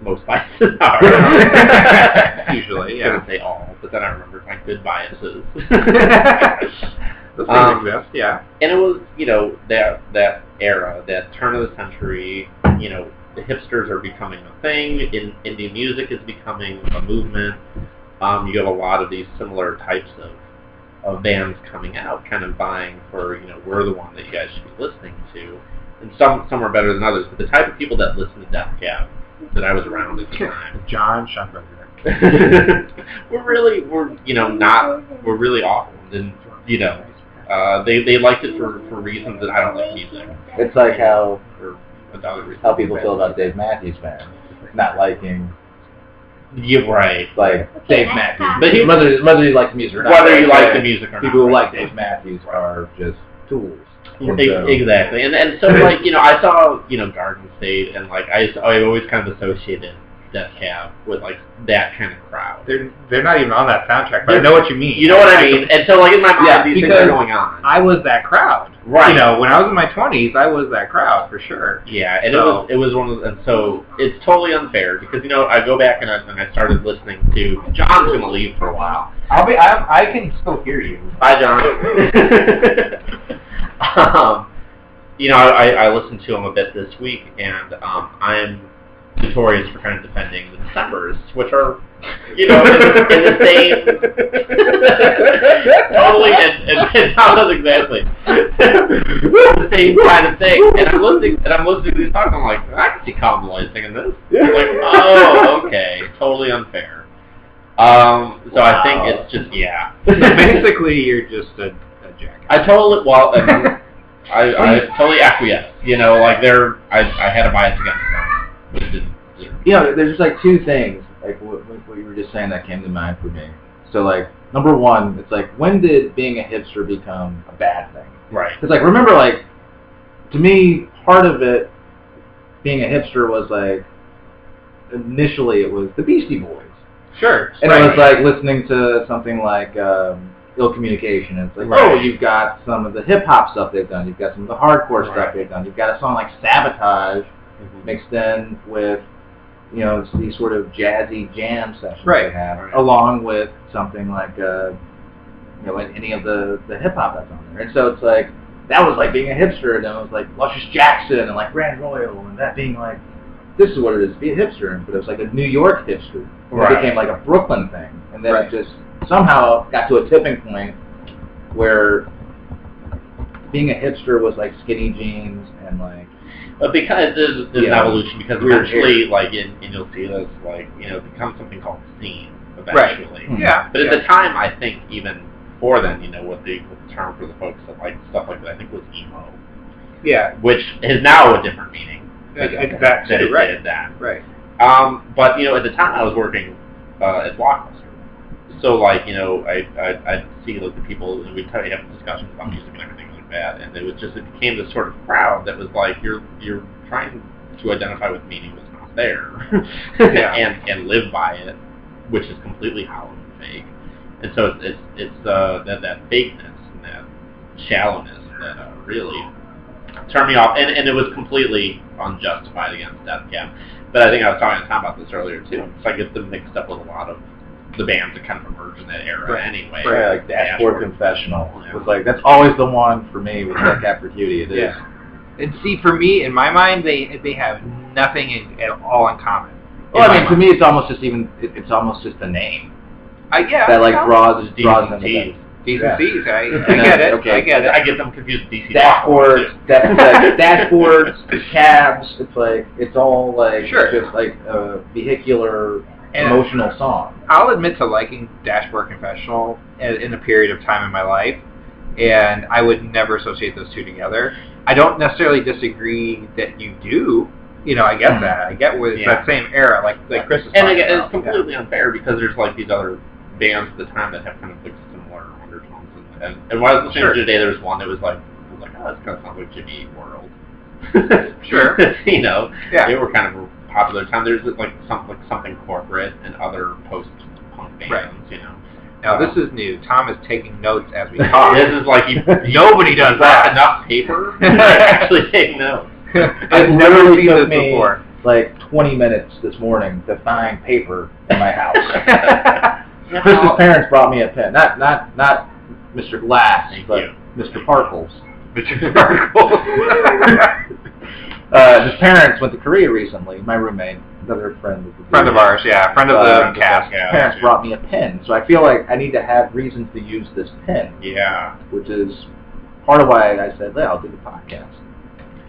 Speaker 2: most biases are.
Speaker 1: usually [LAUGHS]
Speaker 2: I [LAUGHS]
Speaker 1: yeah.
Speaker 2: didn't say all, but then I remembered my good biases. [LAUGHS]
Speaker 1: [LAUGHS] Those things
Speaker 2: Um,
Speaker 1: exist, yeah.
Speaker 2: and it was you know that that era, that turn of the century. You know, the hipsters are becoming a thing. In, indie music is becoming a movement. Um, you have a lot of these similar types of of bands coming out, kind of vying for you know we're the one that you guys should be listening to. And some some are better than others, but the type of people that listen to Death Cab that I was around at the time [LAUGHS]
Speaker 1: John Schumberger.
Speaker 2: we're really we're you know not we're really awful and you know uh, they they liked it for for reasons that I don't like music
Speaker 3: It's like how
Speaker 2: or other reasons.
Speaker 3: how people feel about Dave Matthews Band, not liking
Speaker 2: Yeah, right.
Speaker 3: like Dave Matthews.
Speaker 2: But he-
Speaker 3: whether whether you like the music or not,
Speaker 2: Whether you like the music or not,
Speaker 3: people who
Speaker 2: right?
Speaker 3: like Dave Matthews are just tools. And
Speaker 2: Ex-
Speaker 3: so-
Speaker 2: Exactly, and and so like you know, I saw you know Garden State, and like I I always kind of associated Death Cab with like that kind of crowd.
Speaker 1: They're they're not even on that soundtrack, but I
Speaker 2: They're-
Speaker 1: know what you mean.
Speaker 2: You know what I mean? And so like in my mind,
Speaker 3: Yeah,
Speaker 2: these things
Speaker 3: because
Speaker 2: are going on.
Speaker 1: I was that crowd.
Speaker 2: Right.
Speaker 1: You know, when I was in my twenties, I was that crowd for sure.
Speaker 2: Yeah, and
Speaker 1: So-
Speaker 2: it was it was one of the, and so it's totally unfair because you know I go back and I, and I started listening to John's gonna leave for a while.
Speaker 1: I'll be. I, I can still hear you.
Speaker 2: Bye, John. um, you know I, I listened to him a bit this week, and um, I'm notorious for kind of defending the Decembers, which are you know in, in the same
Speaker 3: [LAUGHS]
Speaker 2: totally and and, and Tom knows exactly the same kind of thing. And I'm listening and I'm listening to these songs. I'm like I can see Colin Lloyd singing this. I'm like, oh, okay, totally unfair. Um, so I
Speaker 3: Wow.
Speaker 2: think it's just yeah.
Speaker 1: [LAUGHS] Basically, you're just a, a jackass.
Speaker 2: I totally well, and I, I totally acquiesce. You know, like they're I, I had a bias against them. It didn't-
Speaker 3: you know, there's just like two things, like what, what what you were just saying that came to mind for me. So like, number one, it's like, when did being a hipster become a bad thing?
Speaker 2: Right.
Speaker 3: Because like, remember like, to me, part of it being a hipster was like, initially it was the Beastie Boys,
Speaker 1: sure.
Speaker 3: and
Speaker 1: right.
Speaker 3: it was like listening to something like. um Ill communication. It's like, oh,
Speaker 2: Right.
Speaker 3: you've got some of the hip hop stuff they've done. You've got some of the hardcore
Speaker 2: Right. Mm-hmm.
Speaker 3: stuff they've done. You've got a song like Sabotage, mixed in with you know these sort of jazzy jam sessions
Speaker 1: Right,
Speaker 3: they have,
Speaker 2: right.
Speaker 3: along with something like uh, you know any of the the hip hop that's on there. And so it's like that was like being a hipster, and then it was like Luscious Jackson and like Grand Royal, and that being like this is what it is to be a hipster, but it was like a New York hipster. And
Speaker 2: Right.
Speaker 3: It became like a Brooklyn thing, and then
Speaker 1: Right.
Speaker 3: it just somehow got to a tipping point where being a hipster was like skinny jeans and like
Speaker 2: But because there's, there's an
Speaker 3: Yeah.
Speaker 2: evolution, because
Speaker 3: Weird
Speaker 2: eventually, like, in, and you'll see this, like, you know, it becomes something called scene
Speaker 1: Right.
Speaker 2: eventually.
Speaker 1: yeah.
Speaker 2: But at
Speaker 1: yeah.
Speaker 2: the time, I think even for then, you know, what the, what the term for the folks that like stuff like that, I think was emo,
Speaker 1: yeah.
Speaker 2: which is now a different meaning
Speaker 1: Ex- Exactly.
Speaker 2: that it
Speaker 1: right.
Speaker 2: did then.
Speaker 1: Right.
Speaker 2: Um, but you know, at the time I was working uh, at Blockbuster, so like you know, I I I'd see like the people and we'd totally have discussions about music and everything like that, and it was just it became this sort of crowd that was like you're you're trying to identify with meaningless nonsense. that's there
Speaker 1: Yeah.
Speaker 2: [LAUGHS] and and live by it, which is completely hollow and fake. And so it's it's, it's uh, that that fakeness and that shallowness that uh, really turned me off. And and it was completely unjustified against Death Cab. But I think I was talking to Tom about this earlier too. So I get them mixed up with a lot of the bands that kind of emerged in that era
Speaker 1: Right.
Speaker 2: anyway.
Speaker 3: Yeah, like Dashboard
Speaker 2: Dashboard.
Speaker 3: Confessional
Speaker 2: Yeah.
Speaker 3: was like that's always the one for me
Speaker 1: [CLEARS THROAT]
Speaker 3: with that cap for cutie. It is.
Speaker 1: Yeah. And see, for me, in my mind, they they have nothing in, at all in common.
Speaker 3: Well,
Speaker 1: In
Speaker 3: I
Speaker 1: my
Speaker 3: mean, to
Speaker 1: mind.
Speaker 3: me, it's almost just even it, it's almost just the name
Speaker 1: I, yeah,
Speaker 3: that like
Speaker 1: no,
Speaker 3: draws
Speaker 2: D's
Speaker 3: draws
Speaker 2: and
Speaker 3: them.
Speaker 2: T's.
Speaker 3: in.
Speaker 1: D's
Speaker 3: yeah.
Speaker 1: and C's.
Speaker 3: [LAUGHS]
Speaker 1: I, I
Speaker 3: then,
Speaker 1: get it.
Speaker 3: okay.
Speaker 1: I get it.
Speaker 2: I get them confused with DC.
Speaker 3: Dashboards,
Speaker 1: [LAUGHS]
Speaker 3: that, that, dashboards, cabs. It's like it's all like
Speaker 1: Sure.
Speaker 3: just like a vehicular
Speaker 1: And
Speaker 3: emotional song.
Speaker 1: I'll admit to liking Dashboard Confessional in, in a period of time in my life, and I would never associate those two together. I don't necessarily disagree that you do. You know, I get
Speaker 3: Mhm.
Speaker 1: that. I get where it's
Speaker 2: Hmm. Yeah.
Speaker 1: that same era, like like Chris was
Speaker 2: And
Speaker 1: talking
Speaker 2: again, it's
Speaker 1: about.
Speaker 2: completely unfair because there's like these other bands at the time that have kind of like similar undertones. And, and, and while I was listening
Speaker 1: Sure.
Speaker 2: to today, there was one that was like, I was like, oh, this kind of sounds like Jimmy Eat World.
Speaker 1: [LAUGHS] Sure.
Speaker 2: [LAUGHS] you know,
Speaker 1: Yeah.
Speaker 2: they were kind of popular at the time. There's like some like something corporate and other post-punk bands.
Speaker 1: Right.
Speaker 2: You know,
Speaker 1: Now this is new. Tom is taking notes as
Speaker 2: [LAUGHS]
Speaker 1: we
Speaker 2: this
Speaker 1: talk.
Speaker 2: is
Speaker 1: [LAUGHS]
Speaker 2: like you, you
Speaker 1: Nobody does
Speaker 2: got
Speaker 1: that.
Speaker 2: enough
Speaker 1: [LAUGHS]
Speaker 2: paper [LAUGHS] to actually take notes.
Speaker 1: I've never
Speaker 3: literally
Speaker 1: seen this
Speaker 3: took me-
Speaker 1: before.
Speaker 3: Like 20 minutes this morning to find paper in
Speaker 2: [LAUGHS]
Speaker 3: my house. Chris's
Speaker 2: Thank
Speaker 3: parents brought me a pen. Not not not Mr. Glass, but
Speaker 2: you.
Speaker 3: Mr. Parkles.
Speaker 1: [LAUGHS] Mr. Sparkles.
Speaker 3: Uh, his parents went to Korea recently. My roommate, another friend, of the
Speaker 1: friend of ours, yeah, friend of
Speaker 3: Uh,
Speaker 1: the cast.
Speaker 3: His parents
Speaker 2: Yeah.
Speaker 3: brought me a pen, so I feel like I need to have reasons to use this pen,
Speaker 2: Yeah.
Speaker 3: which is part of why I said, "Yeah, I'll do the podcast."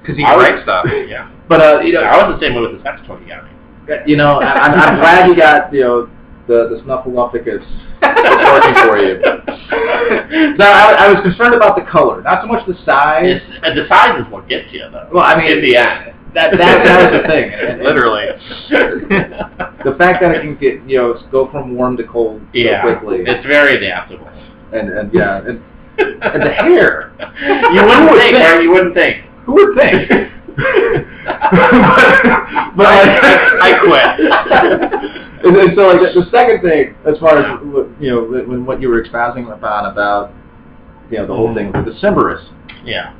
Speaker 1: Because he
Speaker 2: I
Speaker 1: can
Speaker 2: was-
Speaker 1: write stuff.
Speaker 2: Yeah.
Speaker 3: But uh, [LAUGHS] you know,
Speaker 2: I was the same way with the sex toy you
Speaker 3: [LAUGHS]
Speaker 2: got me.
Speaker 3: you know, I, I'm, I'm glad you got you know the the snuffleupagus working for you. No, I, I was concerned about the color, not so much the size.
Speaker 2: [LAUGHS] It's, uh, the size is what gets you, though.
Speaker 3: Well, I mean,
Speaker 2: in the end.
Speaker 3: that, that, that was the thing. And-
Speaker 2: [LAUGHS]
Speaker 3: and- [LAUGHS]
Speaker 1: Literally.
Speaker 3: The fact that it can get, you know, go from warm to cold
Speaker 2: yeah.
Speaker 3: so quickly.
Speaker 2: It's very adaptable.
Speaker 3: And, and yeah, and, and the
Speaker 2: you
Speaker 3: hair.
Speaker 2: wouldn't think, or [LAUGHS] you wouldn't
Speaker 3: [LAUGHS]
Speaker 2: think.
Speaker 3: Who would think?
Speaker 2: [LAUGHS]
Speaker 3: but
Speaker 2: I
Speaker 3: quit. [LAUGHS] And, and so like the the second thing, as far as what- you know, when- when what you were expounding upon about, you know, the whole thing with the Cimberus,
Speaker 2: yeah.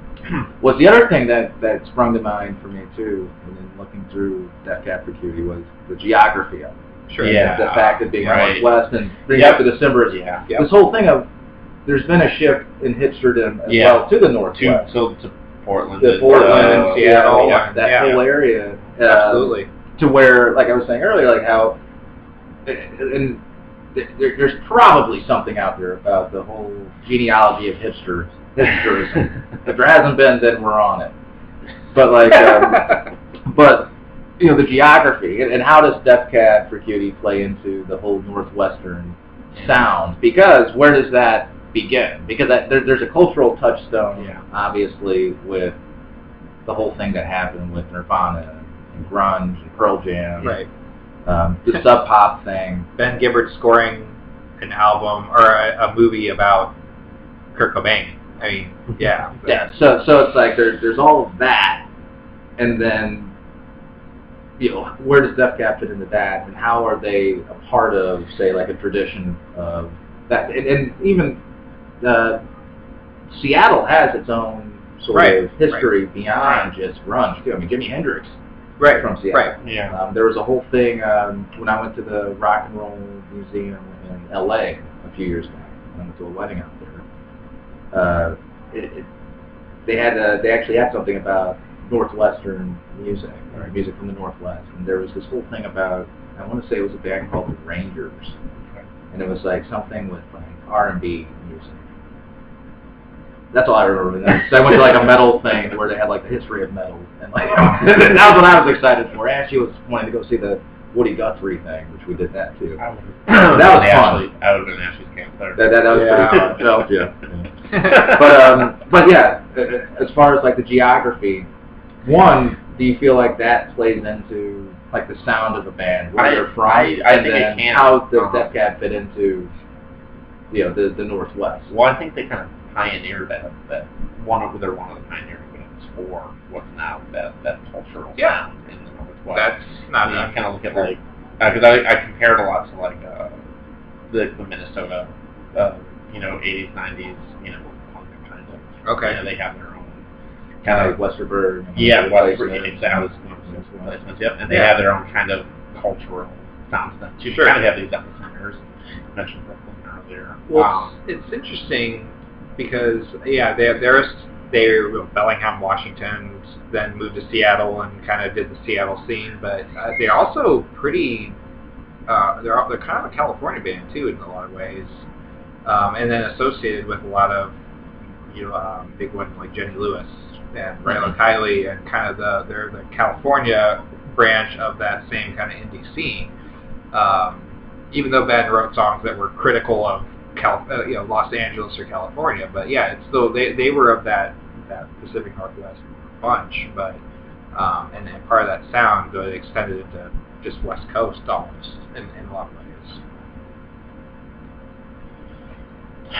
Speaker 3: was the other thing that that sprung to mind for me too, and then looking through that chapter cutie was the geography of it.
Speaker 1: Sure.
Speaker 2: Yeah.
Speaker 3: the fact of being
Speaker 2: Right.
Speaker 3: northwest and bring
Speaker 2: Yep.
Speaker 3: up to the Cimberus.
Speaker 2: Yeah.
Speaker 1: Yep.
Speaker 3: This whole thing of there's been a shift in hipsterdom as
Speaker 2: Yeah.
Speaker 3: well to the
Speaker 2: To,
Speaker 3: northwest,
Speaker 2: so to Portland.
Speaker 3: the
Speaker 2: and,
Speaker 3: Portland,
Speaker 2: uh,
Speaker 1: and
Speaker 3: Seattle,
Speaker 1: yeah,
Speaker 3: that
Speaker 1: yeah.
Speaker 3: whole area, uh,
Speaker 1: Absolutely.
Speaker 3: to where, like I was saying earlier, like how, and there, there's probably something out there about the whole genealogy of hipsters,
Speaker 2: [LAUGHS]
Speaker 3: hipsterism. if there hasn't been, then we're on it. But like, um, but you know the geography and, and how does Death Cab for Cutie play into the whole northwestern sound? Because where does that begin? Because that, there, there's a cultural touchstone,
Speaker 2: Yeah.
Speaker 3: obviously, with the whole thing that happened with Nirvana and grunge and Pearl Jam,
Speaker 1: right.
Speaker 3: um, the sub pop thing.
Speaker 1: Ben Gibbard scoring an album or a, a movie about Kurt Cobain. I mean, yeah.
Speaker 3: Yeah. So so it's like there's there's all of that, and then. You know, where does Def Cab fit into that, and how are they a part of, say, like a tradition of that? And, and even uh, Seattle has its own sort
Speaker 1: Right,
Speaker 3: of history beyond just grunge too. I mean, Jimi Hendrix
Speaker 1: Right.
Speaker 3: from Seattle.
Speaker 1: Right.
Speaker 2: Yeah.
Speaker 3: Um, there was a whole thing um, when I went to the Rock and Roll Museum in L.A. a few years back. I went to a wedding out there. Uh, it, it, they had uh they actually had something about northwestern music or music from the northwest, and there was this whole thing about I want to say it was a band called the Rangers, and it was like something with like R&B music. That's all I remember. That. So I went to like a metal thing where they had like the history of metal, and like [LAUGHS] that was what I was excited for. And she was wanting to go see the Woody Guthrie thing, which we did that too.
Speaker 2: that
Speaker 3: was fun.
Speaker 2: I would have been Ashley's camp there.
Speaker 3: That that, that was
Speaker 1: Yeah.
Speaker 3: pretty fun. That was-
Speaker 2: [LAUGHS]
Speaker 3: yeah. [LAUGHS]
Speaker 1: yeah.
Speaker 3: But um, but yeah, uh, as far as like the geography, one, do you feel like that plays into like the sound of a band, where
Speaker 2: I-
Speaker 3: they're from,
Speaker 2: I- I
Speaker 3: and
Speaker 2: think it
Speaker 3: then
Speaker 2: can.
Speaker 3: how does
Speaker 2: Uh-huh.
Speaker 3: Death Cab fit into you know the the Northwest?
Speaker 2: Well, I think they kind of pioneered that. That one of they're one of the pioneers when it was for what's now that that cultural
Speaker 1: Yeah.
Speaker 2: sound in the Northwest. Wow.
Speaker 1: That's
Speaker 2: I
Speaker 1: not
Speaker 2: mean,
Speaker 1: enough.
Speaker 2: kind of look at like because I, I compared a lot to like uh, the, the Minnesota, uh, you know, 80s, 90s, you know, punk kind of. You
Speaker 1: Okay.
Speaker 2: know, they have their own.
Speaker 3: Kind of like Westerberg. and
Speaker 2: Yeah, well,
Speaker 3: Replacement.
Speaker 2: it's out Yep, and they
Speaker 1: Yeah.
Speaker 2: have their own kind of cultural sound stuff too.
Speaker 1: Sure.
Speaker 2: They kind of have these epicenters. You mentioned Brooklyn earlier.
Speaker 1: Well, [LAUGHS]
Speaker 2: um,
Speaker 1: it's, it's interesting because yeah, they there's they were Bellingham, Washington, then moved to Seattle and kind of did the Seattle scene, but uh, they're also pretty. Uh, they're all- they're kind of a California band too in a lot of ways, um, and then associated with a lot of you know um, big ones like Jenny Lewis and Rylan Kiley and kind of the they're the California branch of that same kind of indie scene. Um, even though Ben wrote songs that were critical of Cal, uh, you know, Los Angeles or California. But yeah, it's though they they were of that that Pacific Northwest bunch, but um, and, and part of that sound uh, extended into just West Coast almost in, in a lot of ways.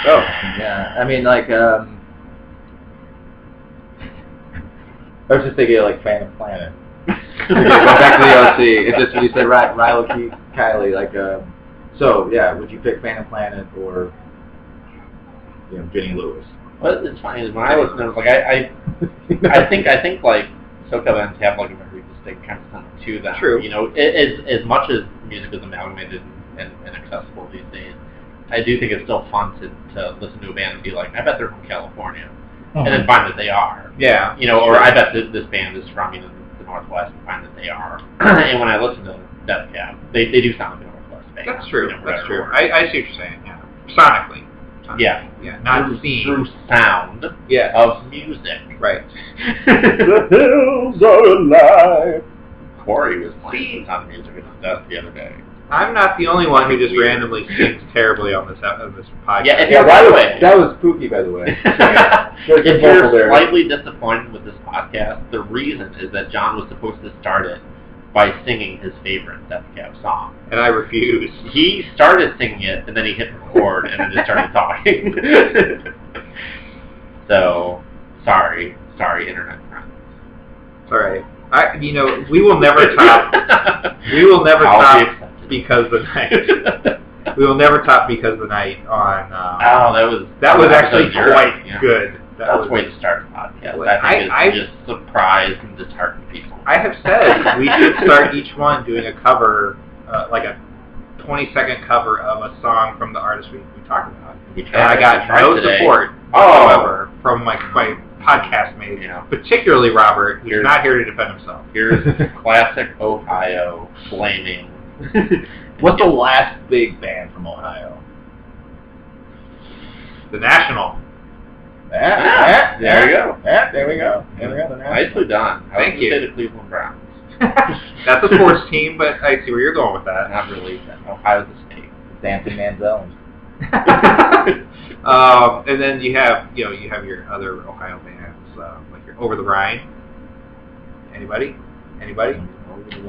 Speaker 3: Oh, yeah. I mean, like, um, I was just thinking of, like Phantom Planet. okay, go back [LAUGHS] to the OC. It's just when you said Ry- Rilo Keith Kiley, like, um, so yeah, would you pick Phantom Planet or you know Jenny Lewis?
Speaker 2: but it's funny when I listen to it, like I, I, I think I think like soca bands have like a very distinct kind of sound to them.
Speaker 1: True.
Speaker 2: You know, it, as as much as music is amalgamated and, and accessible these days, I do think it's still fun to to listen to a band and be like, I bet they're from California,
Speaker 4: Oh.
Speaker 2: and then find that they are.
Speaker 1: Yeah,
Speaker 2: you know, or I bet this, this band is from you know, the Northwest and find that they are. [CLEARS THROAT] and when I listen to Death Cab, they, they do sound like a Northwest band.
Speaker 1: that's true.
Speaker 2: you know,
Speaker 1: That's
Speaker 2: whatever.
Speaker 1: true. I, I see what you're saying. Yeah, sonically. Sonically.
Speaker 2: Yeah,
Speaker 1: Yeah, not
Speaker 2: through,
Speaker 1: seen.
Speaker 2: through sound
Speaker 1: Yeah,
Speaker 2: of music.
Speaker 1: right.
Speaker 4: the hills are alive.
Speaker 2: [LAUGHS] Corey was playing some sound of music in his death the other day.
Speaker 1: I'm not the only one who just
Speaker 2: Weird.
Speaker 1: randomly sings terribly on this ep- on this podcast.
Speaker 2: Yeah, if
Speaker 3: Yeah,
Speaker 2: you're by
Speaker 3: that
Speaker 2: the
Speaker 3: was
Speaker 2: way.
Speaker 3: that was spooky, by the [LAUGHS] way.
Speaker 2: [LAUGHS]
Speaker 3: There's
Speaker 2: if
Speaker 3: some vocal
Speaker 2: you're
Speaker 3: there.
Speaker 2: slightly disappointed with this podcast, the reason is that John was supposed to start it by singing his favorite Death Cab song.
Speaker 1: and I refuse.
Speaker 2: He started singing it, and then he hit record, and then just started talking. [LAUGHS] so, sorry, sorry, internet friends.
Speaker 1: It's All right. I, you know, we will never top.
Speaker 2: [LAUGHS]
Speaker 1: We will never
Speaker 2: I'll
Speaker 1: top
Speaker 2: be accepted.
Speaker 1: because the night.
Speaker 2: [LAUGHS] oh,
Speaker 1: We will never top because the night on. Um,
Speaker 2: that was
Speaker 1: that was
Speaker 2: that
Speaker 1: actually
Speaker 2: zero,
Speaker 1: quite
Speaker 2: uh, yeah.
Speaker 1: good. That
Speaker 2: That's
Speaker 1: was,
Speaker 2: the way to start a podcast.
Speaker 1: I-
Speaker 2: I think
Speaker 1: I-
Speaker 2: it's just surprise and dishearten people.
Speaker 1: I have said we
Speaker 2: [LAUGHS]
Speaker 1: should start each one doing a cover, uh, like a 20-second cover of a song from the artist we, we talked about.
Speaker 2: we
Speaker 1: And I got
Speaker 2: tried
Speaker 1: no
Speaker 2: today.
Speaker 1: support
Speaker 2: Oh.
Speaker 1: whatsoever from my my podcast mates,
Speaker 2: You know,
Speaker 1: particularly Robert, who's
Speaker 2: Here's-
Speaker 1: not here to defend himself.
Speaker 2: here's
Speaker 1: [LAUGHS]
Speaker 2: classic Ohio flaming.
Speaker 3: What's the last big band from Ohio?
Speaker 1: The National.
Speaker 3: Ah, Yeah, yeah,
Speaker 2: there you go.
Speaker 3: Yeah, there we go. There we go. The National.
Speaker 2: Nicely done.
Speaker 1: Thank
Speaker 2: I was gonna
Speaker 1: you.
Speaker 2: Say the Cleveland Browns.
Speaker 1: That's a
Speaker 2: [LAUGHS]
Speaker 1: sports team, but I see where you're going with that.
Speaker 2: Not really. Ohio's a state.
Speaker 3: Dancing Manzel. and-
Speaker 1: [LAUGHS] um, and then you have you know you have your other Ohio bands um, like your Over the Rhine. Anybody? Anybody?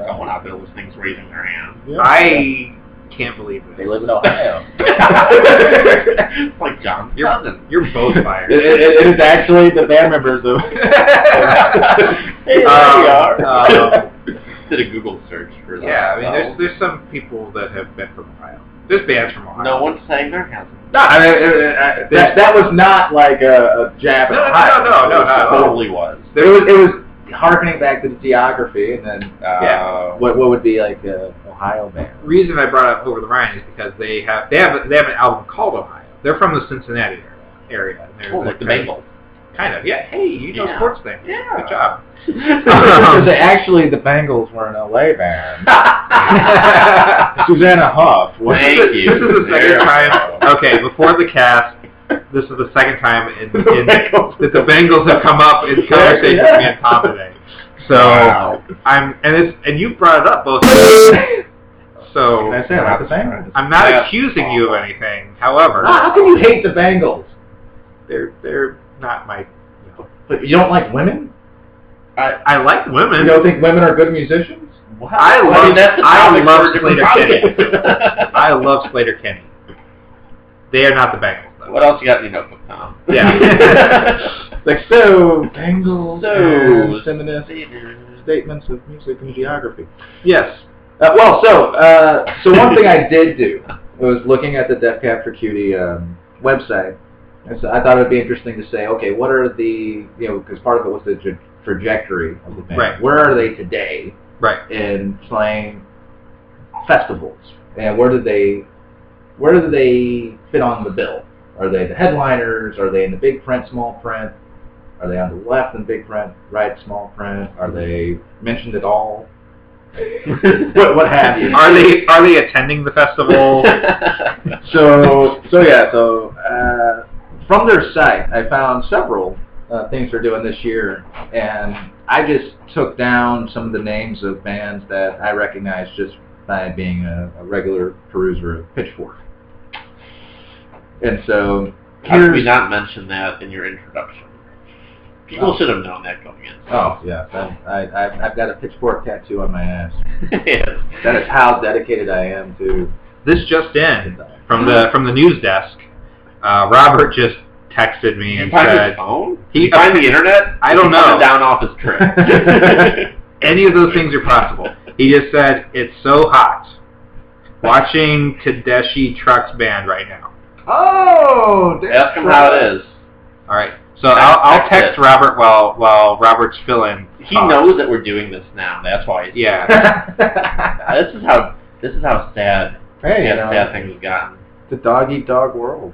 Speaker 2: Someone out there listening is raising their
Speaker 1: [LAUGHS]
Speaker 2: hand.
Speaker 1: I can't believe
Speaker 3: They
Speaker 1: it.
Speaker 3: live in Ohio.
Speaker 2: it's like John
Speaker 1: You're-
Speaker 2: Cousin.
Speaker 1: You're both
Speaker 3: [LAUGHS] it,
Speaker 1: fired.
Speaker 3: it, it is actually the band members of. [LAUGHS]
Speaker 2: Hey, there
Speaker 1: Um,
Speaker 2: we are.
Speaker 1: um,
Speaker 2: [LAUGHS] Did a Google search for that.
Speaker 1: yeah, I mean,
Speaker 2: so-
Speaker 1: there's there's some people that have been from Ohio. There's bands from Ohio.
Speaker 2: no one's saying their cousin.
Speaker 3: No, I mean, it, it, I, that, that was not like a, a jab
Speaker 1: No, no,
Speaker 3: at Ohio.
Speaker 1: no, no, no,
Speaker 3: It
Speaker 1: no,
Speaker 3: was just-
Speaker 2: Totally was.
Speaker 3: It was, it was harkening back to the geography and then uh,
Speaker 2: Yeah.
Speaker 3: what, what would be like a Ohio band.
Speaker 1: [LAUGHS] reason I brought up Over the Rhine is because they have they have they have an album called Ohio. They're from the Cincinnati area. area. and they're-
Speaker 2: Oh, like the
Speaker 1: they're kind
Speaker 2: Bengals.
Speaker 1: of- Kind of. Yeah. Hey, you know
Speaker 2: Yeah.
Speaker 1: sports things.
Speaker 2: Yeah. [LAUGHS]
Speaker 1: Good job.
Speaker 3: Because actually, the Bengals were an LA band.
Speaker 1: Ah.
Speaker 3: Susanna Huff was.
Speaker 2: Thank
Speaker 1: this, is-
Speaker 2: you.
Speaker 1: This is the
Speaker 2: There
Speaker 1: second
Speaker 2: [LAUGHS] we
Speaker 1: time.
Speaker 2: go.
Speaker 1: Okay, before the cast, this is the second time in, in that
Speaker 4: Bengals.
Speaker 1: the Bengals have come up in conversation with me and Tom today. So
Speaker 2: Wow.
Speaker 1: I'm and it's and you brought it up both. So
Speaker 3: Can I say about the Bengals?
Speaker 1: I'm not
Speaker 2: Yeah.
Speaker 1: accusing you of anything. However,
Speaker 3: How can you hate the Bengals?
Speaker 1: they're they're not my.
Speaker 3: But you don't like women?
Speaker 1: I like women.
Speaker 3: You don't think women are good musicians?
Speaker 1: I love
Speaker 2: I mean, that's the
Speaker 1: I
Speaker 2: topic
Speaker 1: love
Speaker 2: for a different
Speaker 1: Slater Kenny.
Speaker 2: podcast.
Speaker 1: I love Slater Kenny. They are not the Bengals [LAUGHS]
Speaker 3: [LAUGHS]
Speaker 1: though.
Speaker 2: [LAUGHS] what else you got in your notebook, Tom?
Speaker 1: Yeah.
Speaker 3: Like, so, Bengals,
Speaker 2: So-
Speaker 3: and
Speaker 1: [LAUGHS]
Speaker 3: feminists.
Speaker 2: Theaters.
Speaker 3: statements of music and geography.
Speaker 4: Yes.
Speaker 3: Uh, well, so uh, so one
Speaker 1: [LAUGHS]
Speaker 3: thing I did do was looking at the Deaf Cat for Cutie um, website. And so I thought it would be interesting to say, okay, what are the you know because part of it was the tra- trajectory of the band.
Speaker 1: Right.
Speaker 3: Where are they today?
Speaker 1: Right.
Speaker 3: In playing festivals, and where do they where do they fit on the bill? Are they the headliners? Are they in the big print, small print? Are they on the left in big print, right, small print? Are they mentioned at all? [LAUGHS] what, what have you?
Speaker 1: Are they are they attending the festival?
Speaker 3: [LAUGHS] so so yeah so uh, from their site i found several uh, things they're doing this year and i just took down some of the names of bands that i recognize just by being a, a regular peruser of pitchfork and so
Speaker 2: How did we
Speaker 3: here's-
Speaker 2: not mention that in your introduction? People
Speaker 3: Oh.
Speaker 2: should have known that going in. [LAUGHS]
Speaker 3: oh yeah I, I, I've- i've got a pitchfork tattoo on my ass
Speaker 2: yes.
Speaker 3: that is how dedicated i am to
Speaker 1: this just in from the from the news desk. Uh, Robert just texted me
Speaker 2: Did
Speaker 1: and
Speaker 2: you find
Speaker 1: said,
Speaker 2: his phone? Did
Speaker 1: He-
Speaker 2: you find the internet?
Speaker 1: I don't
Speaker 2: He's coming
Speaker 1: know.
Speaker 2: Down off his
Speaker 1: [LAUGHS]
Speaker 2: trip.
Speaker 1: any of those things are possible. He just said, it's so hot. Watching Tedeschi Trucks Band right now.
Speaker 3: oh
Speaker 2: [LAUGHS] Ask him how it is.
Speaker 1: All right. So I'll, I'll
Speaker 2: That's
Speaker 1: text
Speaker 2: it.
Speaker 1: Robert while while Robert's filling.
Speaker 2: He
Speaker 1: Uh,
Speaker 2: knows that we're doing this now. That's why. He's,
Speaker 1: Yeah.
Speaker 2: Uh, This is how. This is how sad.
Speaker 3: [LAUGHS] hey you
Speaker 2: how sad
Speaker 3: know,
Speaker 2: things
Speaker 1: [LAUGHS]
Speaker 2: have gotten.
Speaker 3: the dog eat dog world.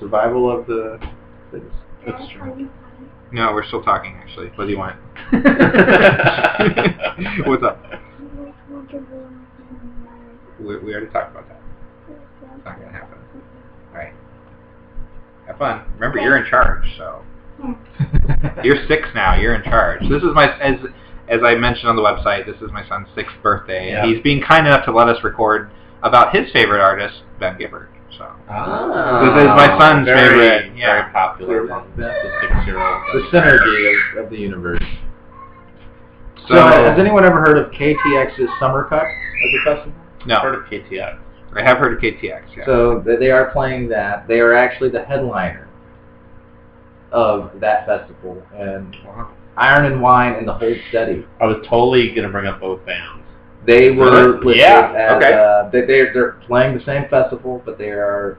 Speaker 3: Survival of the fittest.
Speaker 2: That's true.
Speaker 1: No, we're still talking actually. What do
Speaker 3: [LAUGHS]
Speaker 1: you want?
Speaker 2: What's
Speaker 1: What's up? We, we already talked about that. It's not gonna happen. All right. Have fun. Remember, you're in charge. So you're six now. You're in charge. This is my as as I mentioned on the website. This is my son's sixth birthday, and
Speaker 2: Yeah.
Speaker 1: he's being kind enough to let us record about his favorite artist, Ben Gibbard. So
Speaker 2: Ah,
Speaker 1: This is my son's
Speaker 2: very,
Speaker 1: favorite, yeah.
Speaker 2: Very popular among the
Speaker 3: The
Speaker 2: six-year-olds.
Speaker 3: synergy of, of the universe.
Speaker 1: so,
Speaker 3: So, has anyone ever heard of KTX's Summer Cup as a festival?
Speaker 1: no,
Speaker 2: Heard of KTX?
Speaker 1: I have heard of KTX. Yeah.
Speaker 3: So they- they are playing that. They are actually the headliner of that festival. And
Speaker 2: Wow.
Speaker 3: Iron and Wine and the Hold Steady.
Speaker 2: I was totally gonna bring up both bands.
Speaker 3: They were
Speaker 2: Really?
Speaker 3: listed
Speaker 2: Yeah,
Speaker 3: as
Speaker 1: okay.
Speaker 3: uh, they, they're they're playing the same festival, but they are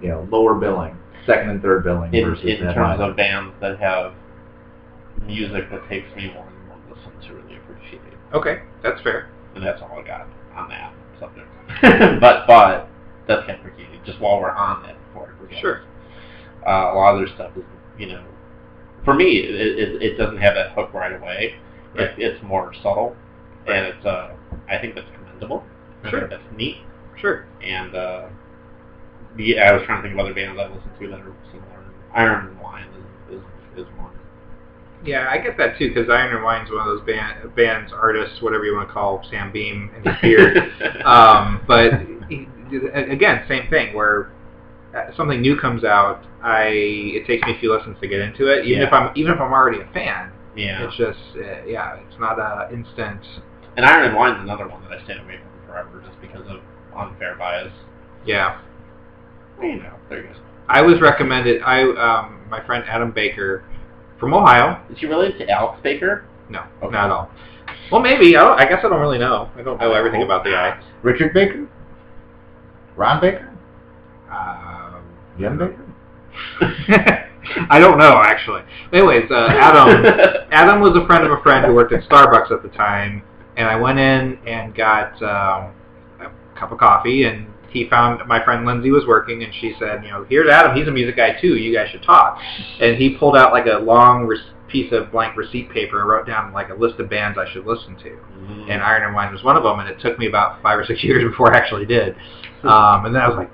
Speaker 3: you know lower billing, second and third billing
Speaker 2: in,
Speaker 3: versus
Speaker 2: in
Speaker 3: that
Speaker 2: terms
Speaker 3: lineup.
Speaker 2: of bands that have music that takes me more than one listen to really appreciate it.
Speaker 1: okay, that's fair.
Speaker 2: And that's all I got on that subject. but but that's kind of tricky. Just while we're on that, before I forget,
Speaker 1: Sure.
Speaker 2: Uh, a lot of their stuff is you know, for me it it, it doesn't have that hook right away. It, it's more subtle, and it's uh I think that's commendable. I
Speaker 1: Sure.
Speaker 2: think that's neat.
Speaker 1: Sure.
Speaker 2: And uh, the I was trying to think of other bands I listen to that are similar. Iron and Wine is, is, is one.
Speaker 1: Yeah, I get that too because Iron and Wine's one of those band, bands, artists, whatever you want to call Sam Beam [LAUGHS] and his beard. um, but he- again, same thing where uh, something new comes out. I it takes me a few listens to get into it, even
Speaker 2: Yeah.
Speaker 1: if I'm even if I'm already a fan.
Speaker 2: yeah.
Speaker 1: It's just uh, yeah, it's not a instant.
Speaker 2: And Iron and Wine's another one that I stayed away from forever just because of unfair bias.
Speaker 1: Yeah,
Speaker 2: You know, there you go.
Speaker 1: I was recommended. I um, my friend Adam Baker from Ohio.
Speaker 2: Is she related to Alex Baker?
Speaker 1: No,
Speaker 2: Okay.
Speaker 1: not at all. Well, maybe. I, don't, I guess I don't really know. I don't know everything about the
Speaker 2: [LAUGHS]
Speaker 1: guy.
Speaker 3: Richard Baker, Ron Baker,
Speaker 1: Um, [LAUGHS]
Speaker 3: Jim Baker.
Speaker 1: I don't know actually. Anyways, uh, Adam
Speaker 2: [LAUGHS]
Speaker 1: Adam was a friend of a friend who worked at Starbucks at the time, and I went in and got um, a cup of coffee, and he found my friend Lindsay was working, and she said, you know, here's Adam, he's a music guy too, you guys should talk. And he pulled out like a long re- piece of blank receipt paper and wrote down like a list of bands I should listen to
Speaker 2: Mm.
Speaker 1: and Iron and Wine was one of them, and it took me about five or six [LAUGHS] years before I actually did. Um, and then I was like,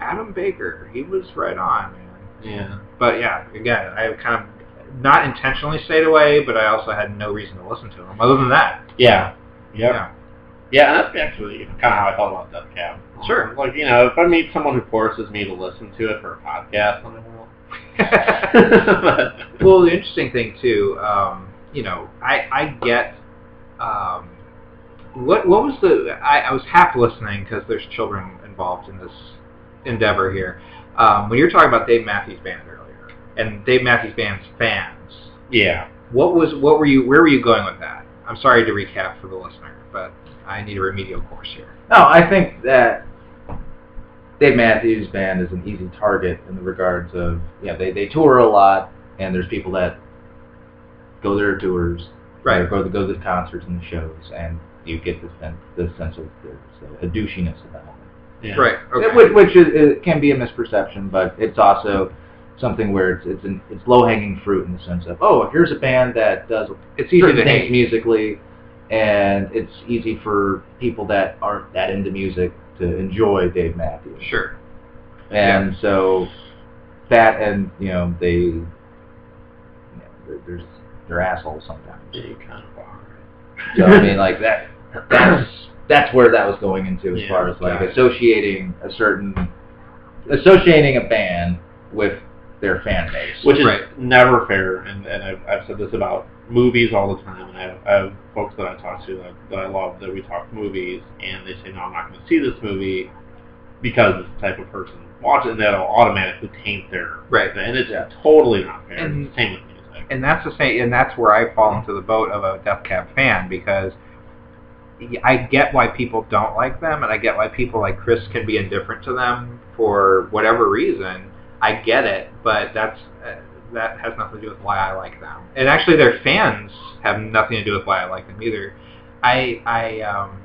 Speaker 1: Adam Baker, he was right on, man.
Speaker 2: yeah.
Speaker 1: But yeah, again, I kind of not intentionally stayed away, but I also had no reason to listen to him other than that.
Speaker 2: Yeah. Yep.
Speaker 1: Yeah.
Speaker 2: Yeah. Yeah, and that's actually kind of how I felt about Death Cab.
Speaker 1: Sure.
Speaker 2: Like, you know, if I meet someone who forces me to listen to it for a
Speaker 1: [LAUGHS]
Speaker 2: podcast, [LAUGHS] I'm like, well. But-
Speaker 1: well, the interesting thing too, um, you know, I I get. Um, what what was the? I, I was half listening because there's children involved in this endeavor here. Um, when you were talking about Dave Matthews Band earlier, and Dave Matthews Band's fans,
Speaker 2: yeah.
Speaker 1: What was what were you where were you going with that? I'm sorry to recap for the listener, but I need a remedial course here.
Speaker 3: No, I think that Dave Matthews Band is an easy target in the regards of you know they they tour a lot and there's people that go to their tours or go to go to the concerts and the shows and you get this sense this sense of there's a douchiness about it.
Speaker 2: Yeah.
Speaker 1: Right. Okay.
Speaker 3: Which, which is, it can be a misperception, but it's also something where it's it's, an, it's low hanging fruit in the sense of oh here's a band that does
Speaker 1: It's easy
Speaker 3: certain
Speaker 1: to
Speaker 3: things
Speaker 1: hate.
Speaker 3: musically, and it's easy for people that aren't that into music to enjoy Dave Matthews.
Speaker 1: Sure.
Speaker 3: And so that and you know they you know, they're, there's they're assholes sometimes.
Speaker 2: You kind of are.
Speaker 1: [LAUGHS]
Speaker 3: So I mean like that that's that's where that was going into as
Speaker 2: Yeah,
Speaker 3: far as like
Speaker 1: got it.
Speaker 3: associating a certain associating a band with their fan base.
Speaker 2: which is
Speaker 1: Right.
Speaker 2: never fair. And, and I've, I've said this about movies all the time. And I have, I have folks that I talk to that, that I love that we talk movies, and they say, "No, I'm not going to see this movie because this type of person watches it." And that'll automatically taint their
Speaker 1: Right.
Speaker 2: And it's
Speaker 3: Yeah.
Speaker 2: totally not fair.
Speaker 1: And-
Speaker 2: Same with music.
Speaker 1: and that's the same, and that's where I fall into the boat of a Death Cab fan because I get why people don't like them, and I get why people like Chris can be indifferent to them for whatever reason. I get it, but that's uh, that has nothing to do with why I like them. And actually, their fans have nothing to do with why I like them either. I I um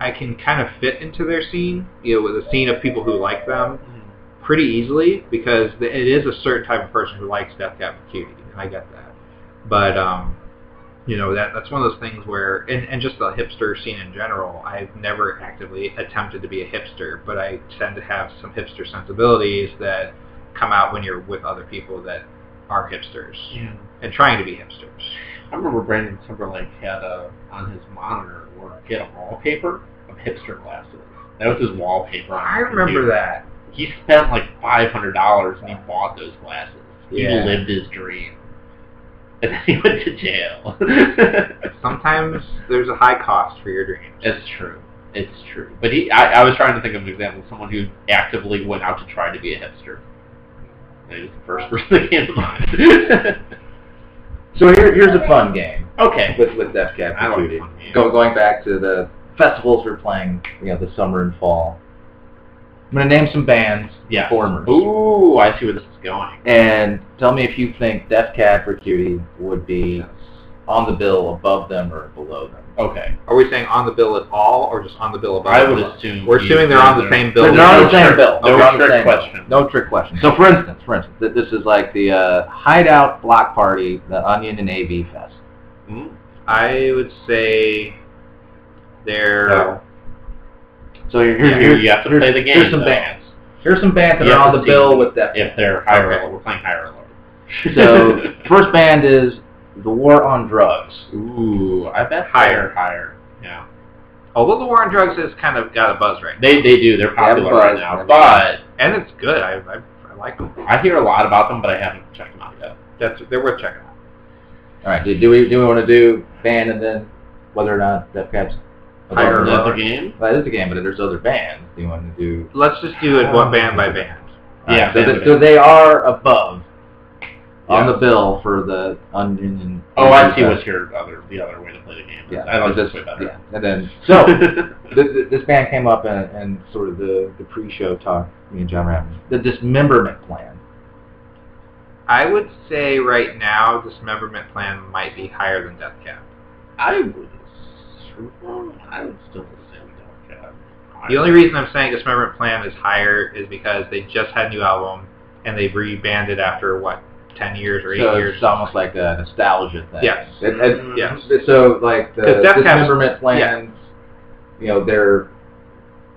Speaker 1: I can kind of fit into their scene, you know, with the scene of people who like them, pretty easily because th- it is a certain type of person who likes Death Cab for Cutie, and I get that. But um, you know that that's one of those things where, and, and just the hipster scene in general, I've never actively attempted to be a hipster, but I tend to have some hipster sensibilities that come out when you're with other people that are hipsters
Speaker 2: Yeah.
Speaker 1: and trying to be hipsters.
Speaker 2: I remember Brandon Timberlake had a, on his monitor at work, he had a wallpaper of hipster glasses. That was his wallpaper. on his computer.
Speaker 1: that.
Speaker 2: he spent like five hundred dollars and he bought those glasses.
Speaker 1: Yeah.
Speaker 2: He lived his dream. And then he [LAUGHS] went to jail.
Speaker 1: Sometimes there's a high cost for your dreams.
Speaker 2: it's true. It's true. But he I, I was trying to think of an example of someone who actively went out to try to be a hipster. And he was the first person that came to mind. [LAUGHS]
Speaker 3: So here here's a fun game
Speaker 2: okay.
Speaker 3: with with Death Cab
Speaker 2: I
Speaker 3: for
Speaker 2: like
Speaker 3: Cutie.
Speaker 2: fun games.
Speaker 3: go, going back to the festivals we're playing, you know, the summer and fall. I'm gonna name some bands,
Speaker 2: Yeah.
Speaker 3: performers,
Speaker 2: Ooh, I see where this is going.
Speaker 3: and tell me if you think Death Cab for Cutie would be on the bill above them or below them.
Speaker 2: Okay.
Speaker 1: Are we saying on the bill at all, or just on the bill above?
Speaker 2: I
Speaker 1: and
Speaker 2: would
Speaker 1: below?
Speaker 2: assume
Speaker 1: We're
Speaker 2: he's
Speaker 1: assuming they're on the
Speaker 2: there.
Speaker 1: same bill.
Speaker 3: They're on the
Speaker 2: No
Speaker 3: same
Speaker 2: trick-
Speaker 3: bill.
Speaker 2: no
Speaker 3: They're on the
Speaker 2: trick
Speaker 3: same bill.
Speaker 2: question.
Speaker 3: No trick question. So for instance, for instance, th- this is like the uh, Hideout Block Party, the Onion and AV Fest.
Speaker 2: Mm,
Speaker 1: I would say they're
Speaker 3: No. So here- here-
Speaker 2: Yeah,
Speaker 3: here-
Speaker 2: you have to
Speaker 3: here's-
Speaker 2: play the game.
Speaker 3: Here's some
Speaker 2: though.
Speaker 3: bands. Here's some bands that
Speaker 2: You
Speaker 3: are
Speaker 2: have
Speaker 3: on
Speaker 2: to
Speaker 3: the
Speaker 2: see
Speaker 3: bill with Death.
Speaker 2: If they're higher
Speaker 1: Okay.
Speaker 2: alert, we're playing higher alert. [LAUGHS]
Speaker 3: So first band is the War on Drugs.
Speaker 2: Ooh, I bet
Speaker 1: Higher.
Speaker 2: higher, higher. Yeah,
Speaker 1: although the war on drugs has kind of got a buzz right now,
Speaker 2: they they do. They're popular
Speaker 3: but-
Speaker 2: right now, but
Speaker 1: and it's good. I I, I like them.
Speaker 2: I hear a lot about them, but I haven't checked them out yet.
Speaker 1: That's they're worth checking out.
Speaker 3: All right. Do, do we do we want to do band and then whether or not Death Cab's above
Speaker 1: Higher
Speaker 3: or
Speaker 1: or
Speaker 2: Is that
Speaker 1: lower.
Speaker 3: below?
Speaker 2: the game?
Speaker 3: Well, it is a game, but there's other bands. Do you want to do?
Speaker 1: Let's just do it one band by band.
Speaker 3: All
Speaker 2: Yeah,
Speaker 3: right, So,
Speaker 2: band
Speaker 3: th-
Speaker 2: by
Speaker 3: so they are above on
Speaker 2: Yeah.
Speaker 3: the bill for the Onion and
Speaker 2: Oh, I see. What's your other the other way to play the game? is.
Speaker 3: Yeah,
Speaker 2: I like
Speaker 3: but
Speaker 2: this
Speaker 3: this,
Speaker 2: way
Speaker 3: yeah,
Speaker 2: better.
Speaker 3: and
Speaker 1: [LAUGHS]
Speaker 3: then so th- th- [LAUGHS] this band came up and, and sort of the, the pre-show talk me and John Rapp the dismemberment plan.
Speaker 1: I would say right now, dismemberment plan might be higher than death cab.
Speaker 2: [LAUGHS] I would. assume- I would still assume Dark Cat.
Speaker 1: The only reason I'm saying dismemberment plan is higher is because they just had a new album and they rebanded after what ten years or eight
Speaker 3: so
Speaker 1: years.
Speaker 3: it's almost like a nostalgia thing.
Speaker 1: Yes. Mm-hmm.
Speaker 3: It, it,
Speaker 1: Yes.
Speaker 3: So like the
Speaker 1: 'Cause Death Cab's-
Speaker 3: dismemberment plans, you know, they're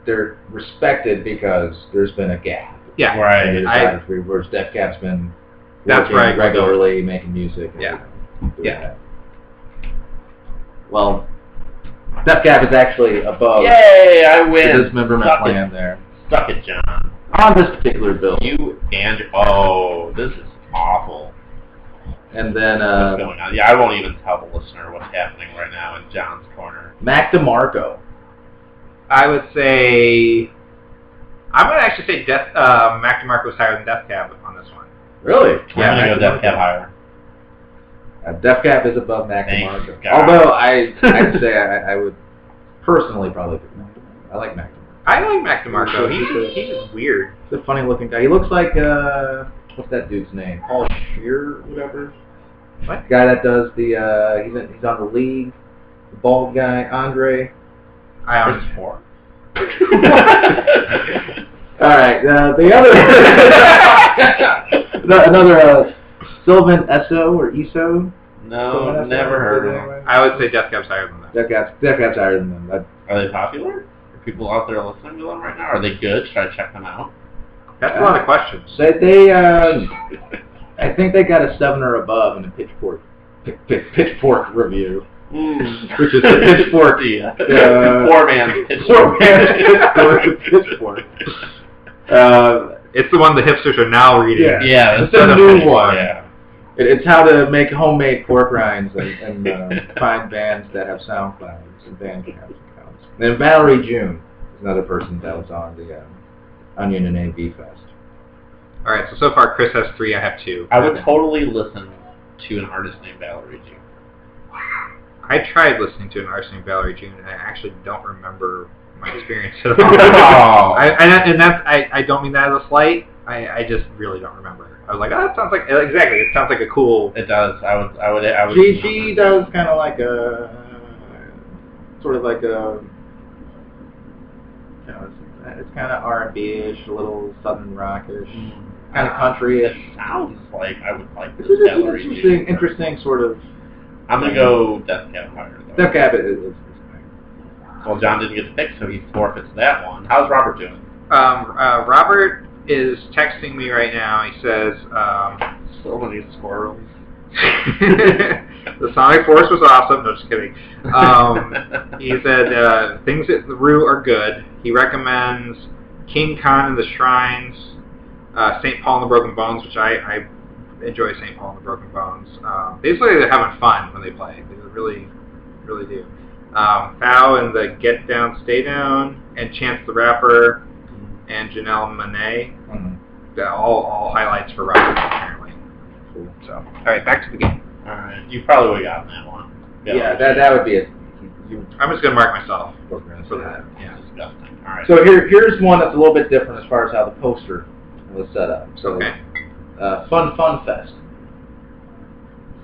Speaker 3: they're respected because there's been a gap.
Speaker 1: Yeah.
Speaker 3: And they
Speaker 2: Right.
Speaker 1: I-
Speaker 3: decided to- Whereas Def Cap's been
Speaker 1: That's
Speaker 3: working
Speaker 1: right.
Speaker 3: regularly making music. and
Speaker 1: Yeah.
Speaker 3: doing
Speaker 1: Yeah.
Speaker 3: that. Well, Def Cap is actually above
Speaker 2: Yay! I
Speaker 3: the
Speaker 2: win.
Speaker 3: dismemberment
Speaker 2: Suck it.
Speaker 3: plan there
Speaker 2: Suck it, John.
Speaker 3: on this particular bill.
Speaker 2: You and oh, this is awful.
Speaker 3: And then
Speaker 2: What's
Speaker 3: uh,
Speaker 2: going on? Yeah, I won't even tell the listener what's happening right now in John's corner.
Speaker 3: Mac DeMarco.
Speaker 1: I would say I'm gonna actually say Death uh, Mac DeMarco's higher than Death Cab on this one.
Speaker 3: Really?
Speaker 1: Yeah,
Speaker 2: I'm
Speaker 1: I can
Speaker 2: gonna go Death Cab higher.
Speaker 3: Uh, Def Cap is above
Speaker 2: Thank
Speaker 3: Nakamura.
Speaker 2: God. [LAUGHS]
Speaker 3: Although I, I'd say I, I would personally probably pick Nakamura. I like Nakamura.
Speaker 1: I like McDemarco. He's just, he's just weird.
Speaker 3: He's a funny looking guy. He looks like uh, what's that dude's name? Paul Shear, whatever.
Speaker 1: What?
Speaker 3: Guy that does the uh, he's in, he's on the league. The bald guy, Andre.
Speaker 1: I honestly.
Speaker 3: [LAUGHS]
Speaker 2: [LAUGHS]
Speaker 3: All right, uh, the [LAUGHS] other no, another uh, Sylvan Esso or E Eso. Oh,
Speaker 2: no, never heard of them.
Speaker 1: I would say Death Cap's higher than that.
Speaker 3: That guy's that guy's higher than them. That,
Speaker 2: Are they popular? Are people out there listening to them right now? Are they good? Should I check them out?
Speaker 1: That's a lot of questions.
Speaker 3: so they, uh, I think they got a seven or above in the Pitchfork pit, pit, Pitchfork review.
Speaker 2: [LAUGHS] Which
Speaker 3: Hmm. is the pitchfork.
Speaker 2: Yeah.
Speaker 3: Uh,
Speaker 2: Poor man's
Speaker 3: Poor
Speaker 2: pitchfork.
Speaker 3: man's Pitchfork. [LAUGHS] Pitchfork. Uh,
Speaker 1: It's the one the hipsters are now reading.
Speaker 3: Yeah.
Speaker 2: [LAUGHS] Yeah,
Speaker 3: It's a
Speaker 2: that's-
Speaker 3: new one.
Speaker 2: Yeah.
Speaker 3: It, it's how to make homemade pork rinds and, and uh, find bands that have sound clouds and band accounts. Then Valerie June is another person that was on the um, Onion and AV Fest.
Speaker 1: All right, so so far Chris has three, I have two.
Speaker 2: I would totally listen to an artist named Valerie [LAUGHS]
Speaker 3: [LAUGHS]
Speaker 2: June.
Speaker 1: I tried listening to an Arsenic Valerie June, and I actually don't remember my experience
Speaker 2: [LAUGHS]
Speaker 1: at all. I,
Speaker 2: oh.
Speaker 1: and, that- and that's I, I don't mean that as a slight. I, I just really don't remember. I was like, oh, that sounds like exactly. It sounds like a cool.
Speaker 2: It does. I would. I would. I would.
Speaker 3: She she does kind of like a sort of like a you know, it's, it's kind of R and B ish, a little southern rockish, kind of country
Speaker 2: It
Speaker 3: ish.
Speaker 2: sounds like I would like
Speaker 3: It's
Speaker 2: this
Speaker 3: an
Speaker 2: Valerie
Speaker 3: interesting,
Speaker 2: June.
Speaker 3: interesting sort of.
Speaker 2: I'm gonna go Death Cab Fire. Though.
Speaker 3: Def Cabot is, is, is
Speaker 2: Well, John didn't get to pick, so he forfeits that one. How's Robert doing?
Speaker 1: Um, uh, Robert is texting me right now. He says, um,
Speaker 2: So many [LAUGHS] squirrels.
Speaker 1: the Sonic Force was awesome. No, just kidding. Um,
Speaker 2: [LAUGHS]
Speaker 1: He said uh, things at the Rue are good. He recommends King Khan and the Shrines, uh, St. Paul and the Broken Bones, which I, I enjoy St. Paul and the Broken Bones. Um, basically, they're having fun when they play. They really, really do. Um, Fow and the Get Down, Stay Down, and Chance the Rapper, and Janelle Monet.
Speaker 3: Mhm.
Speaker 1: All, all highlights for Robert, apparently. So, all right, back to the game.
Speaker 2: All right, you probably would have gotten that one.
Speaker 3: Yeah, that that would be it. You
Speaker 1: I'm just going to mark myself
Speaker 3: were gonna
Speaker 1: for
Speaker 3: say that.
Speaker 1: that. Yeah.
Speaker 2: that's disgusting. All right.
Speaker 3: So here here's one that's a little bit different as far as how the poster was set up. So
Speaker 1: Okay.
Speaker 3: uh, fun fun fest.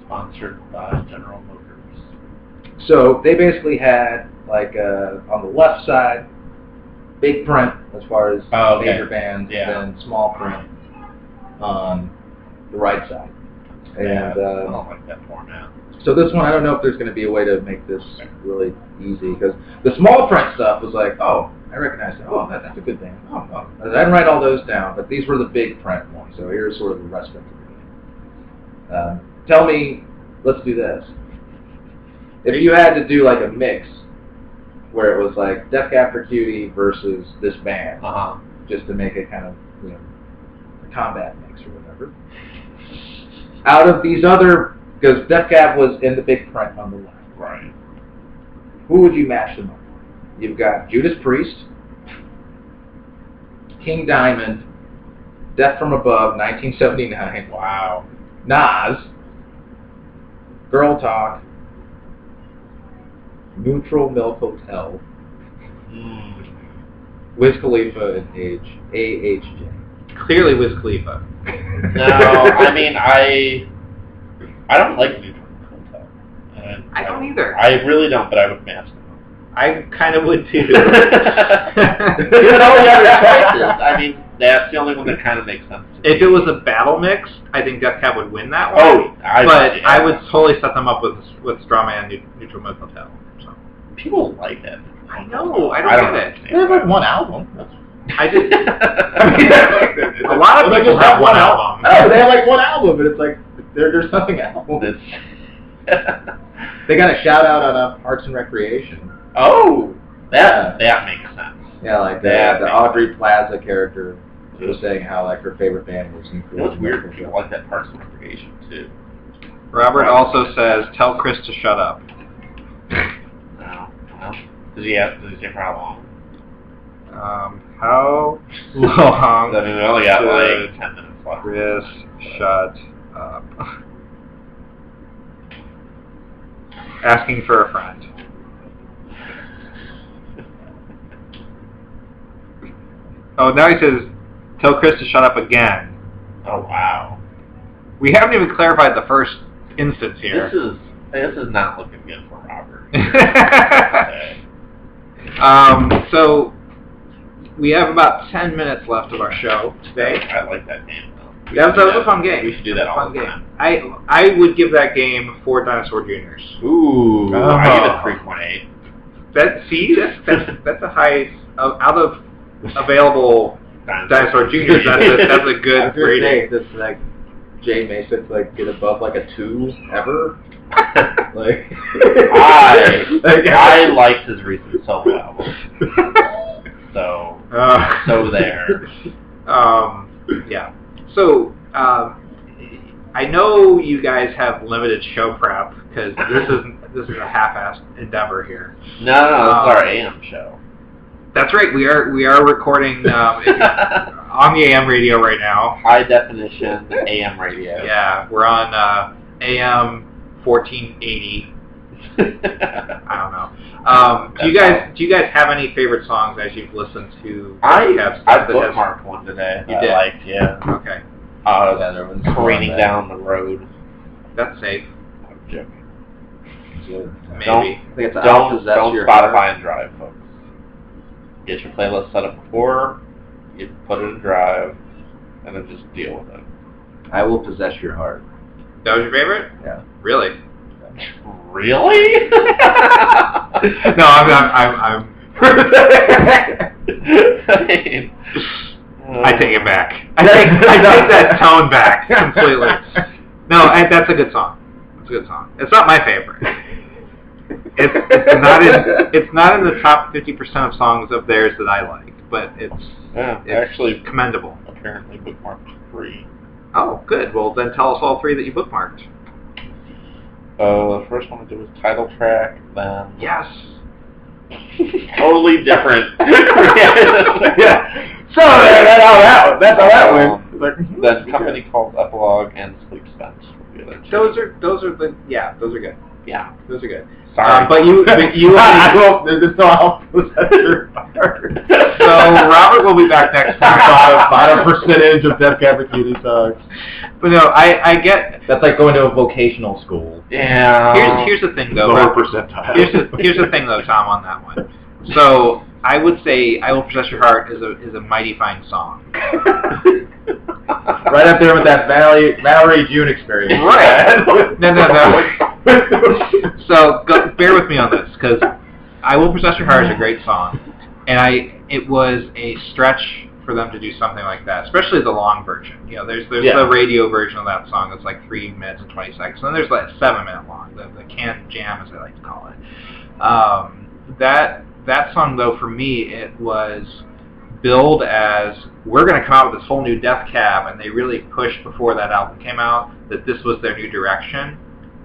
Speaker 2: Sponsored by General Motors.
Speaker 3: So they basically had like uh, on the left side, big print as far as
Speaker 2: Oh, okay.
Speaker 3: major bands,
Speaker 2: Yeah.
Speaker 3: and then small print on the right side.
Speaker 2: yeah,
Speaker 3: And
Speaker 2: I
Speaker 3: uh,
Speaker 2: don't like that format.
Speaker 3: So this one, I don't know if there's going to be a way to make this really easy because the small print stuff was like, oh, I recognize that. Oh, that, that's a good thing. Oh, oh. I didn't write all those down, but these were the big print ones. So here's sort of the rest of it. Um, tell me, let's do this. If you had to do like a mix where it was like Def Cab for Cutie versus this band,
Speaker 1: Uh-huh.
Speaker 2: Uh huh.
Speaker 3: just to make it kind of you know a combat mix or whatever. Out of these other, because Def Cab was in the big print on the left.
Speaker 2: Right.
Speaker 3: Who would you match them up? with? You've got Judas Priest, King Diamond, Death from Above, 1979,
Speaker 2: Wow.
Speaker 3: Nas, Girl Talk, Neutral Milk Hotel,
Speaker 2: Mm.
Speaker 3: Wiz Khalifa, and Age, AHJ.
Speaker 1: Clearly Wiz Khalifa.
Speaker 2: [LAUGHS] No, I mean I, I don't like neutral content. And
Speaker 1: I don't either.
Speaker 2: I really don't, but I would match them. up.
Speaker 1: I kind of would [LAUGHS] too.
Speaker 2: [LAUGHS] There's no
Speaker 1: [LAUGHS]
Speaker 2: other
Speaker 1: if
Speaker 2: choices. I mean, that's the only one that kind of makes sense. to
Speaker 1: it
Speaker 2: me.
Speaker 1: was a battle mix, I think Death Cab would win that one.
Speaker 2: oh, I
Speaker 1: but
Speaker 2: yeah.
Speaker 1: I would totally set them up with with Strawman and Neut- Neutral Milk Hotel. So.
Speaker 2: People like it.
Speaker 1: I know, I don't get it.
Speaker 2: understand why.
Speaker 3: one album. That's
Speaker 1: I [LAUGHS] just a
Speaker 2: [LAUGHS] a
Speaker 1: lot of
Speaker 3: Well, they
Speaker 1: people
Speaker 3: just
Speaker 1: have
Speaker 3: have
Speaker 1: one [LAUGHS]
Speaker 3: one
Speaker 1: album.
Speaker 3: Oh, they have like one album, and it's like there, there's nothing album. They got a shout out on uh, Parks and Recreation.
Speaker 2: oh, that that makes sense.
Speaker 3: Yeah, like the,
Speaker 2: Yeah,
Speaker 3: the
Speaker 2: thanks.
Speaker 3: Audrey Plaza character was saying how like her favorite band was
Speaker 2: It
Speaker 3: Nuclear.
Speaker 2: was weird. People like that Parks and Recreation too.
Speaker 1: Robert also says, "Tell Chris to shut up."
Speaker 2: No, well, does he have? Does he say for how long?
Speaker 1: Um, [LAUGHS] how
Speaker 2: I
Speaker 1: long
Speaker 2: mean, we only got
Speaker 1: Good.
Speaker 2: like ten minutes left.
Speaker 1: Chris shut up? asking for a friend. Oh, now he says, tell Chris to shut up again.
Speaker 2: Oh wow.
Speaker 1: We haven't even clarified the first instance
Speaker 2: This
Speaker 1: here.
Speaker 2: is this is not looking good for Robert. Okay.
Speaker 1: [LAUGHS] um, so we have about 10 minutes left of our show today.
Speaker 2: I like that game though.
Speaker 1: That was, that was a fun game.
Speaker 2: We should do that all
Speaker 1: fun
Speaker 2: the
Speaker 1: game.
Speaker 2: time.
Speaker 1: I I would give that game four dinosaur juniors.
Speaker 2: Ooh, I give it three point eight.
Speaker 1: That see that's [LAUGHS] that's, that's a high of out of available dinosaur juniors. That's a, that's [LAUGHS] a good
Speaker 3: After a
Speaker 1: rating.
Speaker 3: day, this like Jay Mason's like get above like a two
Speaker 2: [LAUGHS]
Speaker 3: ever. Like
Speaker 2: I
Speaker 3: [LAUGHS]
Speaker 2: [LAUGHS] I liked his recent solo
Speaker 1: [LAUGHS]
Speaker 2: album, so
Speaker 1: Uh,
Speaker 2: so there.
Speaker 1: um, yeah. So um, I know you guys have limited show prep because this is this is a half-assed endeavor here.
Speaker 2: No, no, no
Speaker 1: Uh,
Speaker 2: it's our AM
Speaker 1: [LAUGHS]
Speaker 2: show.
Speaker 1: That's right. We are we are [LAUGHS] recording um, if you're on the AM radio right now.
Speaker 2: High definition AM radio. [LAUGHS]
Speaker 1: Yeah, we're on uh, AM 1480. I don't know. Um, do you guys do you guys have any favorite songs as you've listened to?
Speaker 2: I
Speaker 1: podcasts
Speaker 2: I
Speaker 1: that has-
Speaker 2: bookmarked one today.
Speaker 1: You
Speaker 2: I
Speaker 1: did?
Speaker 2: liked, yeah.
Speaker 1: Okay,
Speaker 2: Uh,
Speaker 3: there was
Speaker 2: careening down the road.
Speaker 1: that's safe.
Speaker 2: I'm joking.
Speaker 1: Maybe.
Speaker 2: Don't-
Speaker 3: I think it's
Speaker 2: Don't
Speaker 3: Alpha's, that's
Speaker 2: don't
Speaker 3: your
Speaker 2: Spotify and drive, folks. Get your playlist set up before you put it in drive, and then just deal with it.
Speaker 3: heart. I will possess your heart.
Speaker 1: That was your favorite?
Speaker 3: Yeah.
Speaker 1: Really?
Speaker 2: [LAUGHS] Really? [LAUGHS]
Speaker 1: No, I'm I'm I'm. I'm I
Speaker 2: uh,
Speaker 1: take it back. I take, I take
Speaker 2: [LAUGHS]
Speaker 1: that tone back completely. No, I, that's a good song. It's a good song. It's not my favorite. It's, it's not in it's not in the top fifty percent of songs of theirs that I like, but it's
Speaker 2: Yeah,
Speaker 1: It's
Speaker 2: actually,
Speaker 1: commendable.
Speaker 2: apparently bookmarked three.
Speaker 1: Oh, good. Well, then tell us all three that you bookmarked.
Speaker 2: Uh, the first one I did was title track, then
Speaker 1: Yes.
Speaker 2: totally different.
Speaker 4: [LAUGHS]
Speaker 2: [LAUGHS]
Speaker 4: yeah. So that- that's how that that's how that went.
Speaker 2: Um, then company called Epilogue and Sleep Spence. were the other two.
Speaker 1: Those are those are the yeah. Those are good.
Speaker 2: Yeah.
Speaker 1: Those are good.
Speaker 2: Sorry.
Speaker 1: Um, but you but you
Speaker 4: I hope that this all possess your heart.
Speaker 1: [LAUGHS] so Robert will be back next
Speaker 4: bottom, bottom
Speaker 1: time.
Speaker 4: percentage of Death Cab Cutie songs.
Speaker 1: but no, I I get
Speaker 3: That's like going to a vocational school.
Speaker 2: yeah.
Speaker 1: here's here's the thing though.
Speaker 4: Lower
Speaker 1: Rob-
Speaker 4: percentile.
Speaker 1: Here's the here's the thing though, Tom, on that one. So I would say I will possess your heart is a is a mighty fine song.
Speaker 4: right up there with that Mallory, Mallory June experience.
Speaker 1: Right. [LAUGHS] No, no, no.
Speaker 4: no.
Speaker 1: So go, bear with me on this because "I Will Possess Your Heart" is a great song, and I it was a stretch for them to do something like that, especially the long version. You know, there's there's
Speaker 2: Yeah.
Speaker 1: the radio version of that song that's like three minutes and twenty seconds, and then there's like seven minute long, the, the canned jam as I like to call it. Um, that that song though for me it was billed as we're going to come out with this whole new death cab and they really pushed before that album came out that this was their new direction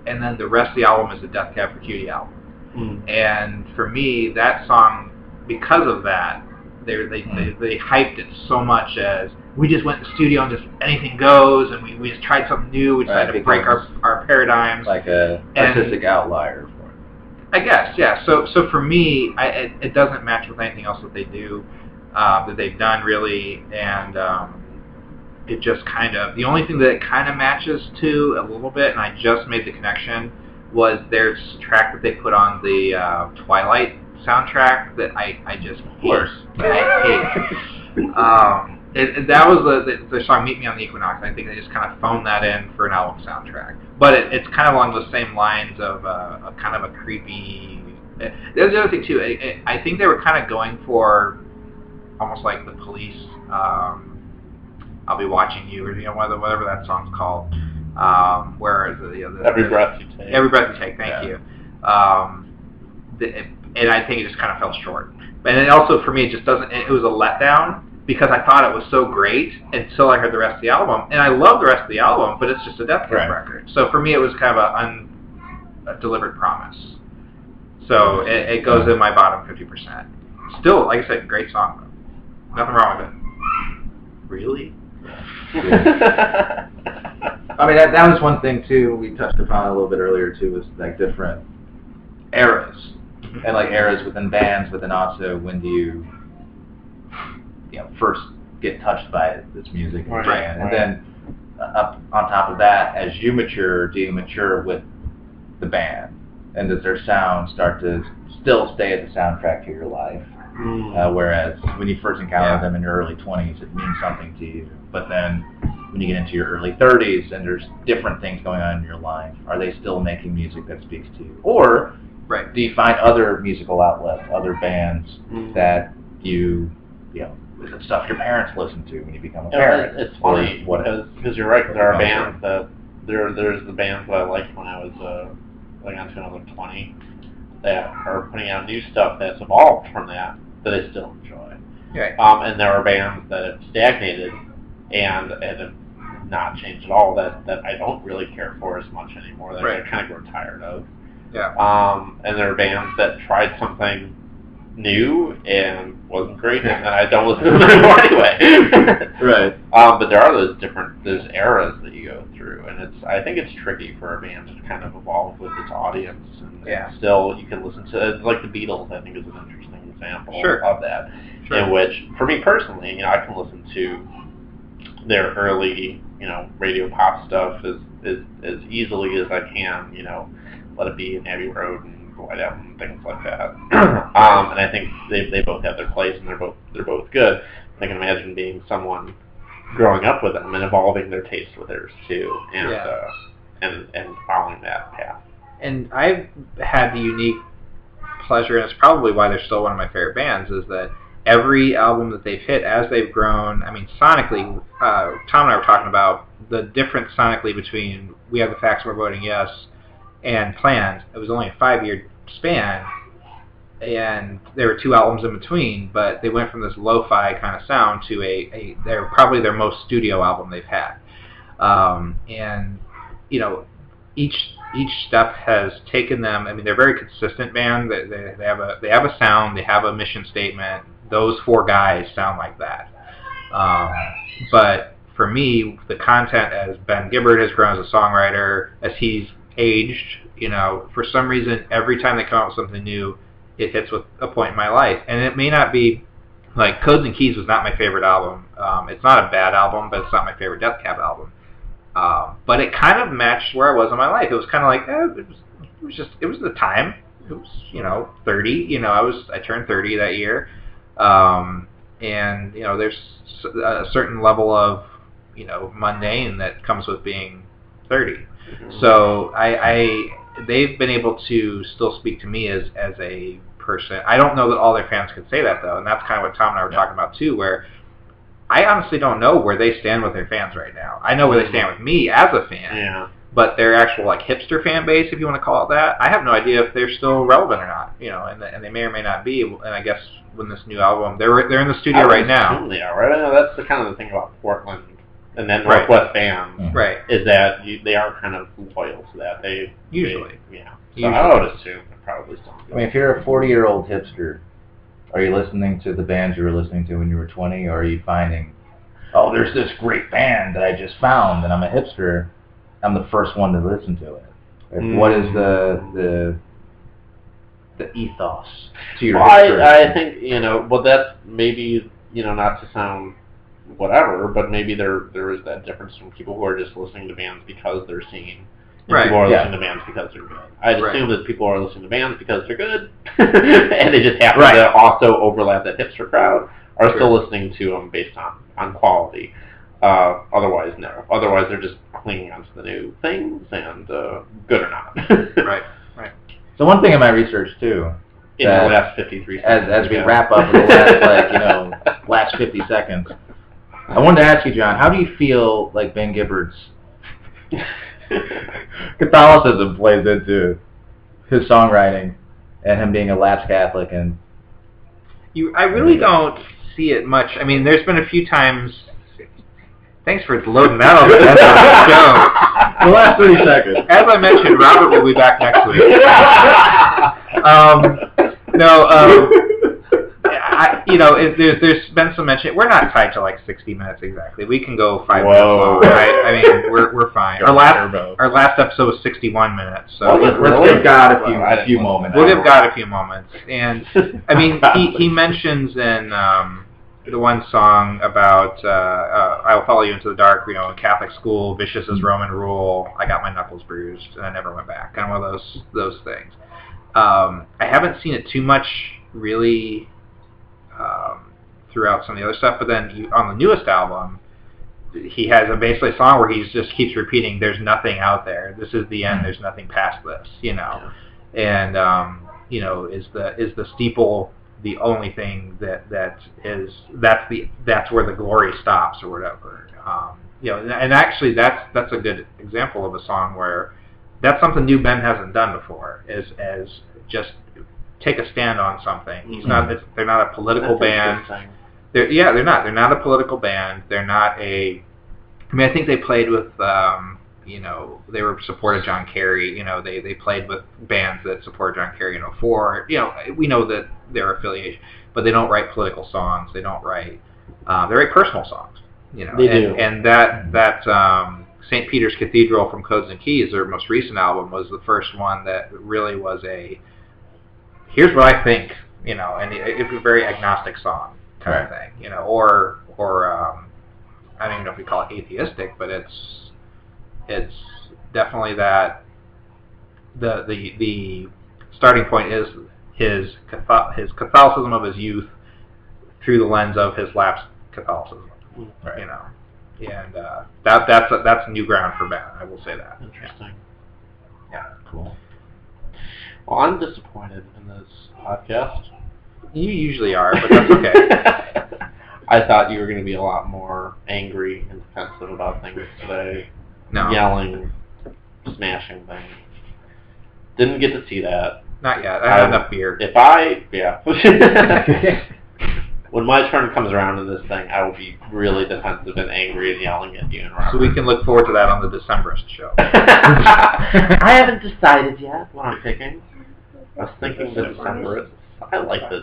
Speaker 1: and then the rest of the album is the death cab for cutie album Mm. and for me, that song, because of that, they they, they they hyped it so much as we just went to the studio and just anything goes, and we, we just tried something new. We
Speaker 3: Right,
Speaker 1: decided to break our, our paradigms.
Speaker 3: Like a
Speaker 1: And-
Speaker 3: artistic outlier. For
Speaker 1: I
Speaker 3: it.
Speaker 1: guess, yeah. So so for me, I, it, it doesn't match with anything else that they do, uh, that they've done really, and um, it just kind of the only thing that it kind of matches to a little bit, and I just made the connection was their s- track that they put on the uh, Twilight soundtrack that I I just of
Speaker 2: course.
Speaker 1: I hate. Um, it, it- that was the, the, the song "Meet Me on the Equinox." I think they just kind of phoned that in for an album soundtrack. But it, it's kind of along those same lines of uh, a kind of a creepy. eh, There's the other thing too. It, it, I think they were kind of going for almost like the police. Um, I'll be watching you, or you know whatever, whatever that song's called. Um, where the, you know, the
Speaker 2: Every
Speaker 1: the-
Speaker 2: breath you take.
Speaker 1: [LAUGHS] Every breath you take. Thank
Speaker 2: Yeah.
Speaker 1: you. Um, the, and I think it just kind of fell short. And it also for me, it just doesn't. It, it was a letdown because I thought it was so great until I heard the rest of the album, and I love the rest of the album, but it's just a Death Cab
Speaker 2: Right.
Speaker 1: record. So for me, it was kind of a, un, a delivered promise. So it, it goes in my bottom fifty percent. Still, like I said, great song. though. Nothing wrong with it.
Speaker 2: really?
Speaker 3: I mean, that, that was one thing too. We touched upon a little bit earlier too was like different eras,
Speaker 2: Mm-hmm.
Speaker 3: and like eras within bands, but then also when do you, you know, first get touched by this music and
Speaker 2: Right,
Speaker 3: band,
Speaker 2: right.
Speaker 3: and then uh, up on top of that, as you mature, do you mature with the band, and does their sound start to still stay as a soundtrack to your life?
Speaker 1: Mm.
Speaker 3: Uh, whereas when you first encounter
Speaker 1: Yeah.
Speaker 3: them in your early 20s, it means something to you. But then when you get into your early 30s and there's different things going on in your life, are they still making music that speaks to you? Or
Speaker 1: Right.
Speaker 3: do you find other musical outlets, other bands
Speaker 1: Mm.
Speaker 3: that you, you know, the stuff your parents listen to when you become a
Speaker 1: Oh,
Speaker 3: parent?
Speaker 2: It's
Speaker 3: or
Speaker 2: funny
Speaker 3: what-
Speaker 2: because because you're right. 'cause There are
Speaker 3: Oh,
Speaker 2: bands that there there's the bands that I liked when I was uh, like onto another twenty that are putting out new stuff that's evolved from that that I still enjoy.
Speaker 1: Right.
Speaker 2: Um, and there are bands that have stagnated and and have not changed at all that that I don't really care for as much anymore. That
Speaker 1: Right.
Speaker 2: I kind of grow tired of.
Speaker 1: Yeah.
Speaker 2: Um, and there are bands that tried something new and wasn't great, and then I don't listen to them [LAUGHS] anymore anyway. [LAUGHS]
Speaker 4: Right.
Speaker 2: Um, but there are those different those eras that you go through, and it's I think it's tricky for a band to kind of evolve with its audience, and, and
Speaker 1: Yeah.
Speaker 2: still you can listen to like the Beatles. I think is an interesting example
Speaker 1: Sure.
Speaker 2: of that, in which for me personally, you know, I can listen to their early you know radio pop stuff as as, as easily as I can, you know, Let It Be and Abbey Road and White Album and things like that. [CLEARS THROAT] um, and I think they they both have their place, and they're both they're both good. I can imagine being someone growing up with them and evolving their taste with theirs too, and
Speaker 1: Yeah.
Speaker 2: uh, and and following that path.
Speaker 1: and I've had the unique pleasure, and it's probably why they're still one of my favorite bands, is that every album that they've hit, as they've grown, I mean, sonically, uh, Tom and I were talking about the difference sonically between We Have the Facts, We're Voting Yes, and Planned. It was only a five-year span, and there were two albums in between, but they went from this lo-fi kind of sound to a, a they're probably their most studio album they've had. Um, and, you know, each each step has taken them. I mean, they're a very consistent band. They, they, they have a they have a sound. They have a mission statement. Those four guys sound like that. Um, but for me, the content as Ben Gibbard has grown as a songwriter, as he's aged, you know, for some reason, every time they come out with something new, it hits with a point in my life. And it may not be like Codes and Keys was not my favorite album. Um, it's not a bad album, but it's not my favorite Death Cab album. Um, but it kind of matched where I was in my life. It was kind of like eh, it, was, it was just it was the time. It was you know thirty. You know I was I turned thirty that year, um, and you know there's s- a certain level of you know mundane that comes with being thirty. So I, I they've been able to still speak to me as as a person. I don't know that all their fans can say that though, and that's kind of what Tom and I were talking about too, where I honestly don't know where they stand with their fans right now. I know where they stand with me as a fan,
Speaker 2: yeah,
Speaker 1: but their actual like hipster fan base, if you want to call it that, I have no idea if they're still relevant or not. You know, and and they may or may not be. And I guess when this new album, they're they're in the
Speaker 2: I
Speaker 1: studio
Speaker 2: would
Speaker 1: right now,
Speaker 2: assume They are right. I know that's the kind of the thing about Portland and then
Speaker 1: Right.
Speaker 2: Northwest bands
Speaker 3: Mm.
Speaker 1: right?
Speaker 2: is that you, they are kind of loyal to that. They
Speaker 1: Usually.
Speaker 2: they, yeah. So
Speaker 1: Usually.
Speaker 2: I would assume they're probably still.
Speaker 3: I mean, if you're a 40 year old hipster, are you listening to the bands you were listening to when you were 20, or are you finding, oh, there's this great band that I just found, and I'm a hipster, I'm the first one to listen to it? Like,
Speaker 2: Mm.
Speaker 3: What is the the the ethos to your
Speaker 2: Well, I, I
Speaker 3: hipster?
Speaker 2: think you know. Well, that's maybe you know not to sound whatever, but maybe there there is that difference from people who are just listening to bands because they're seen, and
Speaker 1: Right,
Speaker 2: people who are
Speaker 3: yeah.
Speaker 2: listening to bands because they're good. I'd
Speaker 1: Right.
Speaker 2: assume that people are listening to bands because they're good, [LAUGHS] and they just happen
Speaker 3: Right.
Speaker 2: to also overlap that hipster crowd. Are
Speaker 1: Sure.
Speaker 2: still listening to them based on on quality. Uh, otherwise, no. Otherwise, they're just clinging onto the new things and uh, good or not. [LAUGHS]
Speaker 1: Right.
Speaker 3: so one thing in my research too,
Speaker 2: In the
Speaker 3: That-
Speaker 2: last 53
Speaker 3: as
Speaker 2: seconds.
Speaker 3: as we
Speaker 2: yeah.
Speaker 3: wrap up with
Speaker 2: [LAUGHS]
Speaker 3: the last like you know last 50 seconds, I wanted to ask you, John, how do you feel like Ben Gibbard's
Speaker 2: [LAUGHS]
Speaker 3: Catholicism plays into his songwriting and him being a lapsed Catholic and
Speaker 1: You, I really don't see it much. I mean, there's been a few times. Thanks for loading that up. That's
Speaker 3: the last 30 seconds.
Speaker 1: As I mentioned, Robert will be back next
Speaker 3: [LAUGHS] Um,
Speaker 1: week. Um, no, um, I, you know, it, there's there's been some mention. We're not tied to like 60 minutes exactly. We can go five
Speaker 2: Whoa.
Speaker 1: minutes long. Right? I mean, we're we're fine. Our last
Speaker 2: Turbo.
Speaker 1: our last episode was 61 minutes, so
Speaker 2: Oh, yeah.
Speaker 1: we'll,
Speaker 3: Let's, let's give God a few, a few moments.
Speaker 1: we'll give God a few moments. And I mean, he he mentions in um, the one song about uh, uh, "I'll follow you into the dark." You know, in Catholic school, vicious as Roman rule. I got my knuckles bruised, and I never went back. Kind of one of those those things. Um, I haven't seen it too much really um, throughout some of the other stuff, but then he, on the newest album. He has a basically a song where he just keeps repeating, "There's nothing out there. This is the end. There's nothing past this." You know, and um, you know is the is the steeple the only thing that that is that's the that's where the glory stops or whatever um, you know and, and actually that's that's a good example of a song where that's something new Ben hasn't done before is as just take a stand on something he's not it's, they're not a political band they're, yeah, they're not. They're not a political band. They're not a. I mean, I think they played with, um, you know, they were supported John Kerry. You know, they they played with bands that supported John Kerry in '04. You know, we know that their affiliation, but they don't write political songs. They don't write. Uh, they write personal songs. You know,
Speaker 2: They
Speaker 1: and,
Speaker 2: do.
Speaker 1: and that that um, St. Peter's Cathedral from Codes and Keys, their most recent album, was the first one that really was a. Here's what I think, you know, and it, it was a very agnostic song kind of thing, you know, or or um, I don't even know if we call it atheistic, but it's it's definitely that the the the starting point is his Catho- his Catholicism of his youth through the lens of his lapsed Catholicism, you know, and uh, that that's that's new ground for Ben. I will say that.
Speaker 2: Interesting.
Speaker 1: Yeah.
Speaker 2: Cool. Well, I'm disappointed in this podcast.
Speaker 1: You usually are, but that's
Speaker 2: [LAUGHS]
Speaker 1: okay.
Speaker 2: I thought you were going to be a lot more angry and defensive about things today,
Speaker 1: No,
Speaker 2: yelling, smashing things. Didn't get to see that.
Speaker 1: not yet. I had enough beer.
Speaker 2: If I,
Speaker 3: [LAUGHS]
Speaker 2: yeah. [LAUGHS] when my turn comes around in this thing, I will be really defensive and angry and yelling at you and Robert. [LAUGHS]
Speaker 1: So
Speaker 3: [LAUGHS]
Speaker 1: we can look forward to that on the Decemberist show.
Speaker 2: I haven't decided yet what I'm picking. I was thinking the Decemberists. I like the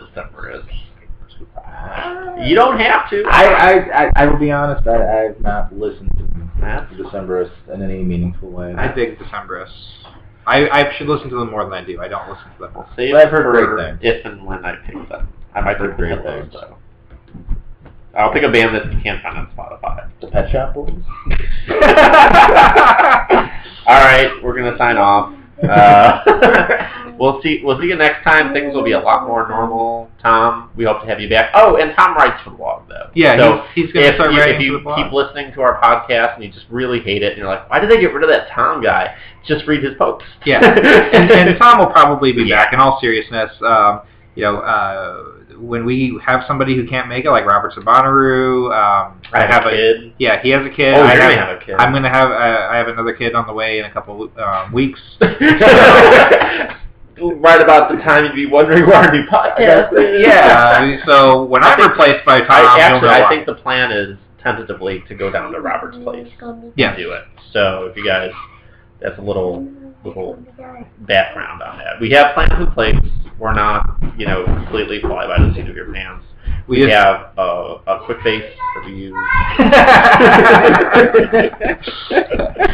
Speaker 2: Decemberists. You don't have to.
Speaker 3: I, I, I, I will be honest. I, I've not listened to
Speaker 2: That's-
Speaker 3: Decemberists in any meaningful way.
Speaker 1: I dig Decemberists. I, I should listen to them more than I do. I don't listen to them.
Speaker 2: I'll save
Speaker 3: But I've heard
Speaker 2: for
Speaker 3: great things.
Speaker 2: if and when I pick them. I might
Speaker 3: I've heard
Speaker 2: pick
Speaker 3: great
Speaker 2: those,
Speaker 3: things.
Speaker 2: though. I'll pick a band that you can't find on
Speaker 3: [LAUGHS]
Speaker 2: Spotify. [LAUGHS]
Speaker 3: the Pet Shop Boys.
Speaker 2: All right, we're gonna sign off. Uh, [LAUGHS] we'll see. We'll see you next time. Things will be a lot more normal. Tom, we hope to have you back. Oh, and Tom writes for the blog though.
Speaker 1: Yeah,
Speaker 2: So
Speaker 1: he's, he's going to
Speaker 2: if
Speaker 1: start
Speaker 2: you,
Speaker 1: writing
Speaker 2: if you
Speaker 1: to the blog.
Speaker 2: keep listening to our podcast and you just really hate it and you're like, why did they get rid of that Tom guy? Just read his posts. [LAUGHS]
Speaker 1: Yeah. and, and Tom will probably be back. In all seriousness, um, you know, uh, when we have somebody who can't make it, like Robert Sabanaroo, um, I have a
Speaker 2: kid.
Speaker 1: yeah, he has a kid.
Speaker 2: oh,
Speaker 1: I
Speaker 2: you're
Speaker 1: have,
Speaker 2: gonna have a kid.
Speaker 1: I'm going to have uh, I have another kid on the way in a couple um, weeks.
Speaker 2: [LAUGHS] right about the time you'd be wondering where our new podcast is.
Speaker 1: [LAUGHS] Yeah, so when
Speaker 2: I
Speaker 1: I'm
Speaker 2: think-
Speaker 1: replaced by Tom,
Speaker 2: I
Speaker 1: you'll know
Speaker 2: actually, I
Speaker 1: why.
Speaker 2: think the plan is tentatively to go down to Robert's place
Speaker 1: Yeah.
Speaker 2: and do it. So if you guys, that's a little little background on that. We have plans in place. We're not, you know, completely fly by the seat of your pants.
Speaker 1: we
Speaker 2: We
Speaker 1: just
Speaker 2: have uh, a quick face that we [LAUGHS]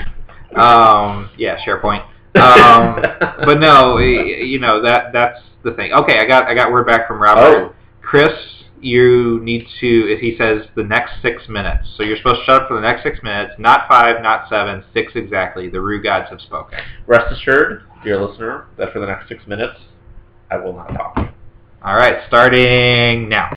Speaker 2: use.
Speaker 1: [LAUGHS]
Speaker 2: [LAUGHS]
Speaker 1: um, yeah, SharePoint. [LAUGHS] Um, but no, [LAUGHS] y- you know that that's the thing. Okay, I got I got word back from Robert.
Speaker 2: [LAUGHS] oh,
Speaker 1: Chris, you need to. He says the next six minutes. So you're supposed to shut up for the next six minutes. Not five, not seven, six exactly. The Rue gods have spoken.
Speaker 2: rest assured, dear listener, that for the next six minutes, I will not talk.
Speaker 1: All right, starting now.